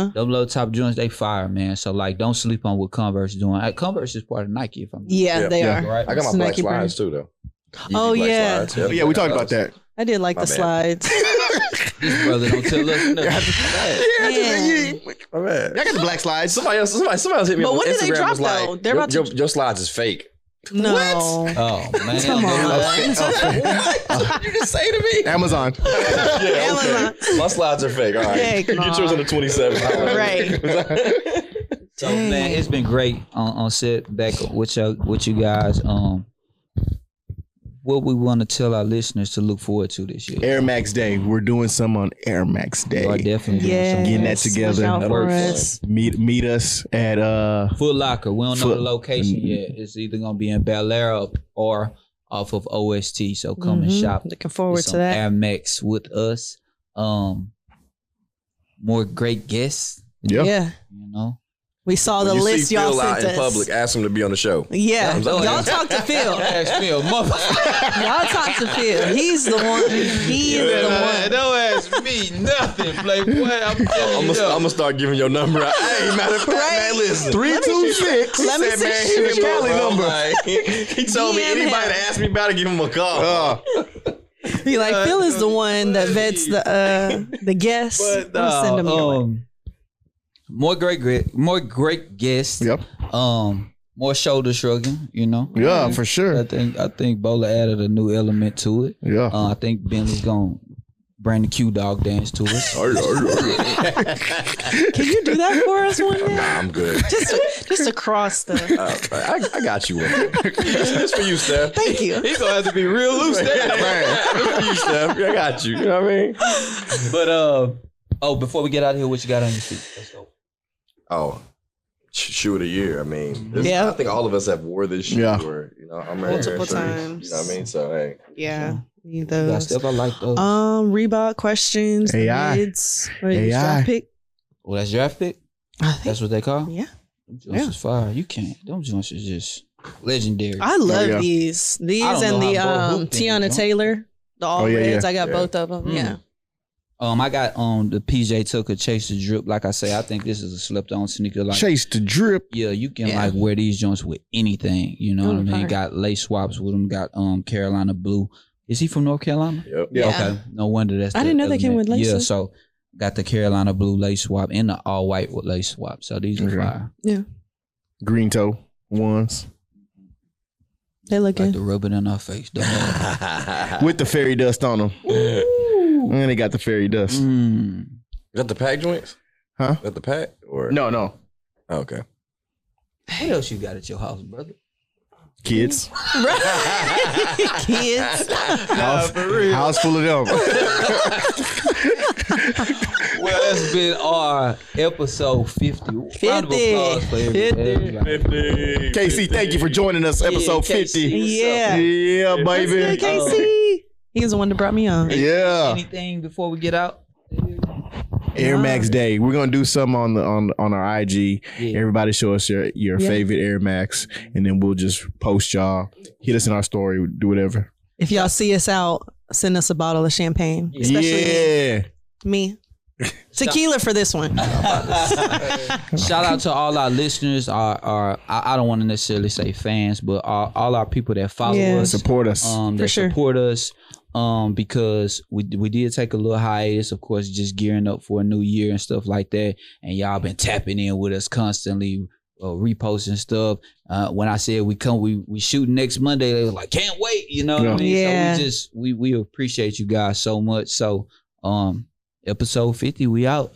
Speaker 2: huh.
Speaker 1: Them low top joints, they fire, man. So like, don't sleep on what Converse doing. Uh, Converse is part of Nike, if I'm
Speaker 2: Yeah,
Speaker 4: Yeah.
Speaker 2: they
Speaker 3: Yeah.
Speaker 2: are.
Speaker 1: right.
Speaker 4: I got my
Speaker 2: It's a
Speaker 4: black
Speaker 2: Nike brand.
Speaker 4: slides too though. Yeezy
Speaker 2: Oh,
Speaker 4: black
Speaker 2: yeah.
Speaker 4: slides,
Speaker 3: Yeah, we talked about that.
Speaker 2: I did like
Speaker 4: My
Speaker 2: the
Speaker 4: bad.
Speaker 2: slides.
Speaker 1: This brother don't tell us nothing.
Speaker 3: Yeah,
Speaker 2: Yeah.
Speaker 4: My bad.
Speaker 3: I got the black slides.
Speaker 4: Somebody else, somebody, somebody else hit me
Speaker 2: But
Speaker 4: up
Speaker 2: when
Speaker 4: on
Speaker 2: did they
Speaker 4: Instagram
Speaker 2: drop,
Speaker 4: was like,
Speaker 2: though? They're
Speaker 4: your,
Speaker 2: about
Speaker 4: your,
Speaker 2: to-
Speaker 4: your slides is fake.
Speaker 2: No.
Speaker 1: Oh man,
Speaker 2: Come on.
Speaker 4: what you just say to me?
Speaker 3: Amazon.
Speaker 4: yeah,
Speaker 2: Amazon.
Speaker 4: okay. My slides are fake. All right.
Speaker 2: Heck
Speaker 4: Get yours on the 27th.
Speaker 2: Right.
Speaker 1: So man, it's been great on, on set back with you with you guys. Um, what we want to tell our listeners to look forward to this year.
Speaker 3: Air Max Day. We're doing some on Air Max
Speaker 1: You are
Speaker 3: Day.
Speaker 1: definitely doing
Speaker 2: Yeah.
Speaker 1: something.
Speaker 3: Getting that together.
Speaker 2: Watch out
Speaker 1: That
Speaker 2: for
Speaker 1: works.
Speaker 2: us.
Speaker 3: Meet meet us at uh
Speaker 1: Foot Locker. We don't know
Speaker 3: Foot-
Speaker 1: the location yet. It's either gonna be in Bel Air or- or off of OST. So come and
Speaker 3: Mm-hmm.
Speaker 2: Mhm.
Speaker 1: shop.
Speaker 2: Looking forward
Speaker 1: with
Speaker 2: to
Speaker 1: some
Speaker 2: that.
Speaker 1: Amex with us. Um, more great guests.
Speaker 3: yeah.
Speaker 2: Yeah.
Speaker 1: You know,
Speaker 2: We saw the
Speaker 4: When you
Speaker 2: list
Speaker 4: see
Speaker 2: y'all
Speaker 4: Phil out
Speaker 2: sent
Speaker 4: in
Speaker 2: us.
Speaker 4: public, ask him to be on the show.
Speaker 2: Yeah.
Speaker 4: I'm telling
Speaker 2: Y'all
Speaker 4: you.
Speaker 2: talk to Phil.
Speaker 1: ask Phil, motherfucker.
Speaker 2: Y'all talk to Phil. He's the one. He is the one.
Speaker 1: Don't ask me nothing, Playboy. I'm
Speaker 4: I'm
Speaker 1: telling you.
Speaker 4: gonna start giving your number out. Hey, matter of fact, man, listen.
Speaker 3: Three two six.
Speaker 2: Let me see.
Speaker 4: Man, hit him up,
Speaker 3: Cali
Speaker 4: bro.
Speaker 3: number.
Speaker 4: Like, he told me
Speaker 2: DM him. Ah.
Speaker 4: anybody that asked me about it, give him a call.
Speaker 3: Uh,
Speaker 2: He like Phil is the one that vets the uh the guests.
Speaker 1: But,
Speaker 2: I'm gonna send him
Speaker 1: uh,
Speaker 4: oh.
Speaker 2: your way.
Speaker 1: um, more great, great, more great guests.
Speaker 3: yep.
Speaker 1: Um, more shoulder shrugging. You know.
Speaker 3: Yeah, for
Speaker 1: I
Speaker 3: sure.
Speaker 1: think I think Bola added a new element to it.
Speaker 3: Yeah.
Speaker 1: Uh, I think Ben was gonna bring the Q dog dance to us.
Speaker 2: Can you do that for us one day?
Speaker 4: Nah, I'm good.
Speaker 2: Just just across the.
Speaker 4: Uh, I, I got you one. It's it's for you, Steph.
Speaker 2: Thank you.
Speaker 1: He's gonna have to be real loose
Speaker 4: It's for you, Steph. I got you. You know what I mean?
Speaker 1: But uh, oh, before we get out of here, what you got on your feet? Let's go.
Speaker 4: Oh, sh- shoe of the year. I mean, this-
Speaker 2: Yeah.
Speaker 4: I think all of us have wore this shoe.
Speaker 3: Yeah.
Speaker 4: Or, you know, I'm
Speaker 2: Multiple times.
Speaker 4: You know what I mean? So, hey.
Speaker 2: Yeah, need
Speaker 1: You got
Speaker 2: those.
Speaker 1: stuff I like those.
Speaker 2: Uh, Um, Reebok questions. the
Speaker 3: AI.
Speaker 2: bids, or the
Speaker 3: AI.
Speaker 2: draft pick.
Speaker 1: oh, that's draft pick.
Speaker 2: I think-
Speaker 1: That's what they call.
Speaker 2: yeah,
Speaker 1: Them joints
Speaker 2: Yeah.
Speaker 1: is fire. You can't. Them joints is just legendary.
Speaker 2: I love
Speaker 3: yeah.
Speaker 2: these. These
Speaker 1: don't
Speaker 2: and
Speaker 1: know
Speaker 2: the
Speaker 1: how both
Speaker 2: um
Speaker 1: hoop things,
Speaker 2: Tiana
Speaker 1: you know?
Speaker 2: Taylor, the all
Speaker 3: Oh, yeah,
Speaker 2: reds.
Speaker 3: yeah.
Speaker 2: I got
Speaker 4: Yeah.
Speaker 2: both of them.
Speaker 1: Mm.
Speaker 2: Yeah,
Speaker 1: um, I got on the PJ Tucker Chase the Drip. Like I say, I think this is a slept on sneaker. Like
Speaker 3: Chase the drip.
Speaker 1: Yeah, you can
Speaker 2: Yeah.
Speaker 1: like wear these joints with anything. You know what I
Speaker 2: Oh,
Speaker 1: mean?
Speaker 2: fire.
Speaker 1: Got lace swaps with them. Got um Carolina blue. Is he from North Carolina?
Speaker 4: Yep.
Speaker 3: Yeah.
Speaker 1: Okay. No wonder that's.
Speaker 2: I
Speaker 1: the
Speaker 2: didn't know they came
Speaker 1: element.
Speaker 2: with lace
Speaker 1: Yeah.
Speaker 2: up.
Speaker 1: So got the Carolina blue lace swap and the all white with lace swap. So these are
Speaker 3: Okay.
Speaker 1: fire.
Speaker 3: Green toe ones.
Speaker 2: they look
Speaker 1: Like
Speaker 2: good.
Speaker 1: to rub it in our face. Don't worry.
Speaker 3: With the fairy dust on them.
Speaker 4: Is
Speaker 3: And they got the fairy dust.
Speaker 1: Mm.
Speaker 4: that the pack joints?
Speaker 3: Huh?
Speaker 4: Is that the pack? Or
Speaker 3: No, no.
Speaker 4: Oh, okay.
Speaker 1: What else you got at your house, brother?
Speaker 3: Kids.
Speaker 2: Kids.
Speaker 3: house, house full of them.
Speaker 1: Well, that's been our episode 50. Round of
Speaker 2: 50.
Speaker 1: applause for every-
Speaker 2: 50.
Speaker 1: everybody.
Speaker 3: KC, thank you for joining us. Episode
Speaker 1: Yeah, KC.
Speaker 3: 50.
Speaker 2: Yeah.
Speaker 3: Yeah,
Speaker 2: That's good,
Speaker 3: baby. Oh.
Speaker 2: Casey. He's the one that brought me on.
Speaker 3: Yeah.
Speaker 1: Anything before we get out?
Speaker 3: Air Max Day. We're gonna do some on the on on our IG.
Speaker 1: Yeah.
Speaker 3: Everybody show us your your
Speaker 2: Yeah.
Speaker 3: favorite Air Max, and then we'll just post y'all. Hit us in our story. Do whatever.
Speaker 2: If y'all see us out, send us a bottle of champagne. Especially
Speaker 3: yeah.
Speaker 2: me. Tequila for this one.
Speaker 1: Shout out to all our listeners, our, our I, I don't want to necessarily say fans, but all, all our people that follow
Speaker 2: Yeah.
Speaker 1: us,
Speaker 3: Support us.
Speaker 1: um,
Speaker 2: For
Speaker 1: that
Speaker 2: sure.
Speaker 1: support us, um, because we we did take a little hiatus, of course, just gearing up for a new year and stuff like that. And y'all been tapping in with us constantly, uh, reposting stuff. Uh, when I said we come, we we shooting next Monday, they was like, can't wait, you know. What I
Speaker 3: Yeah.
Speaker 1: mean?
Speaker 2: Yeah.
Speaker 1: So we just we we appreciate you guys so much. So, um, episode fifty, we out.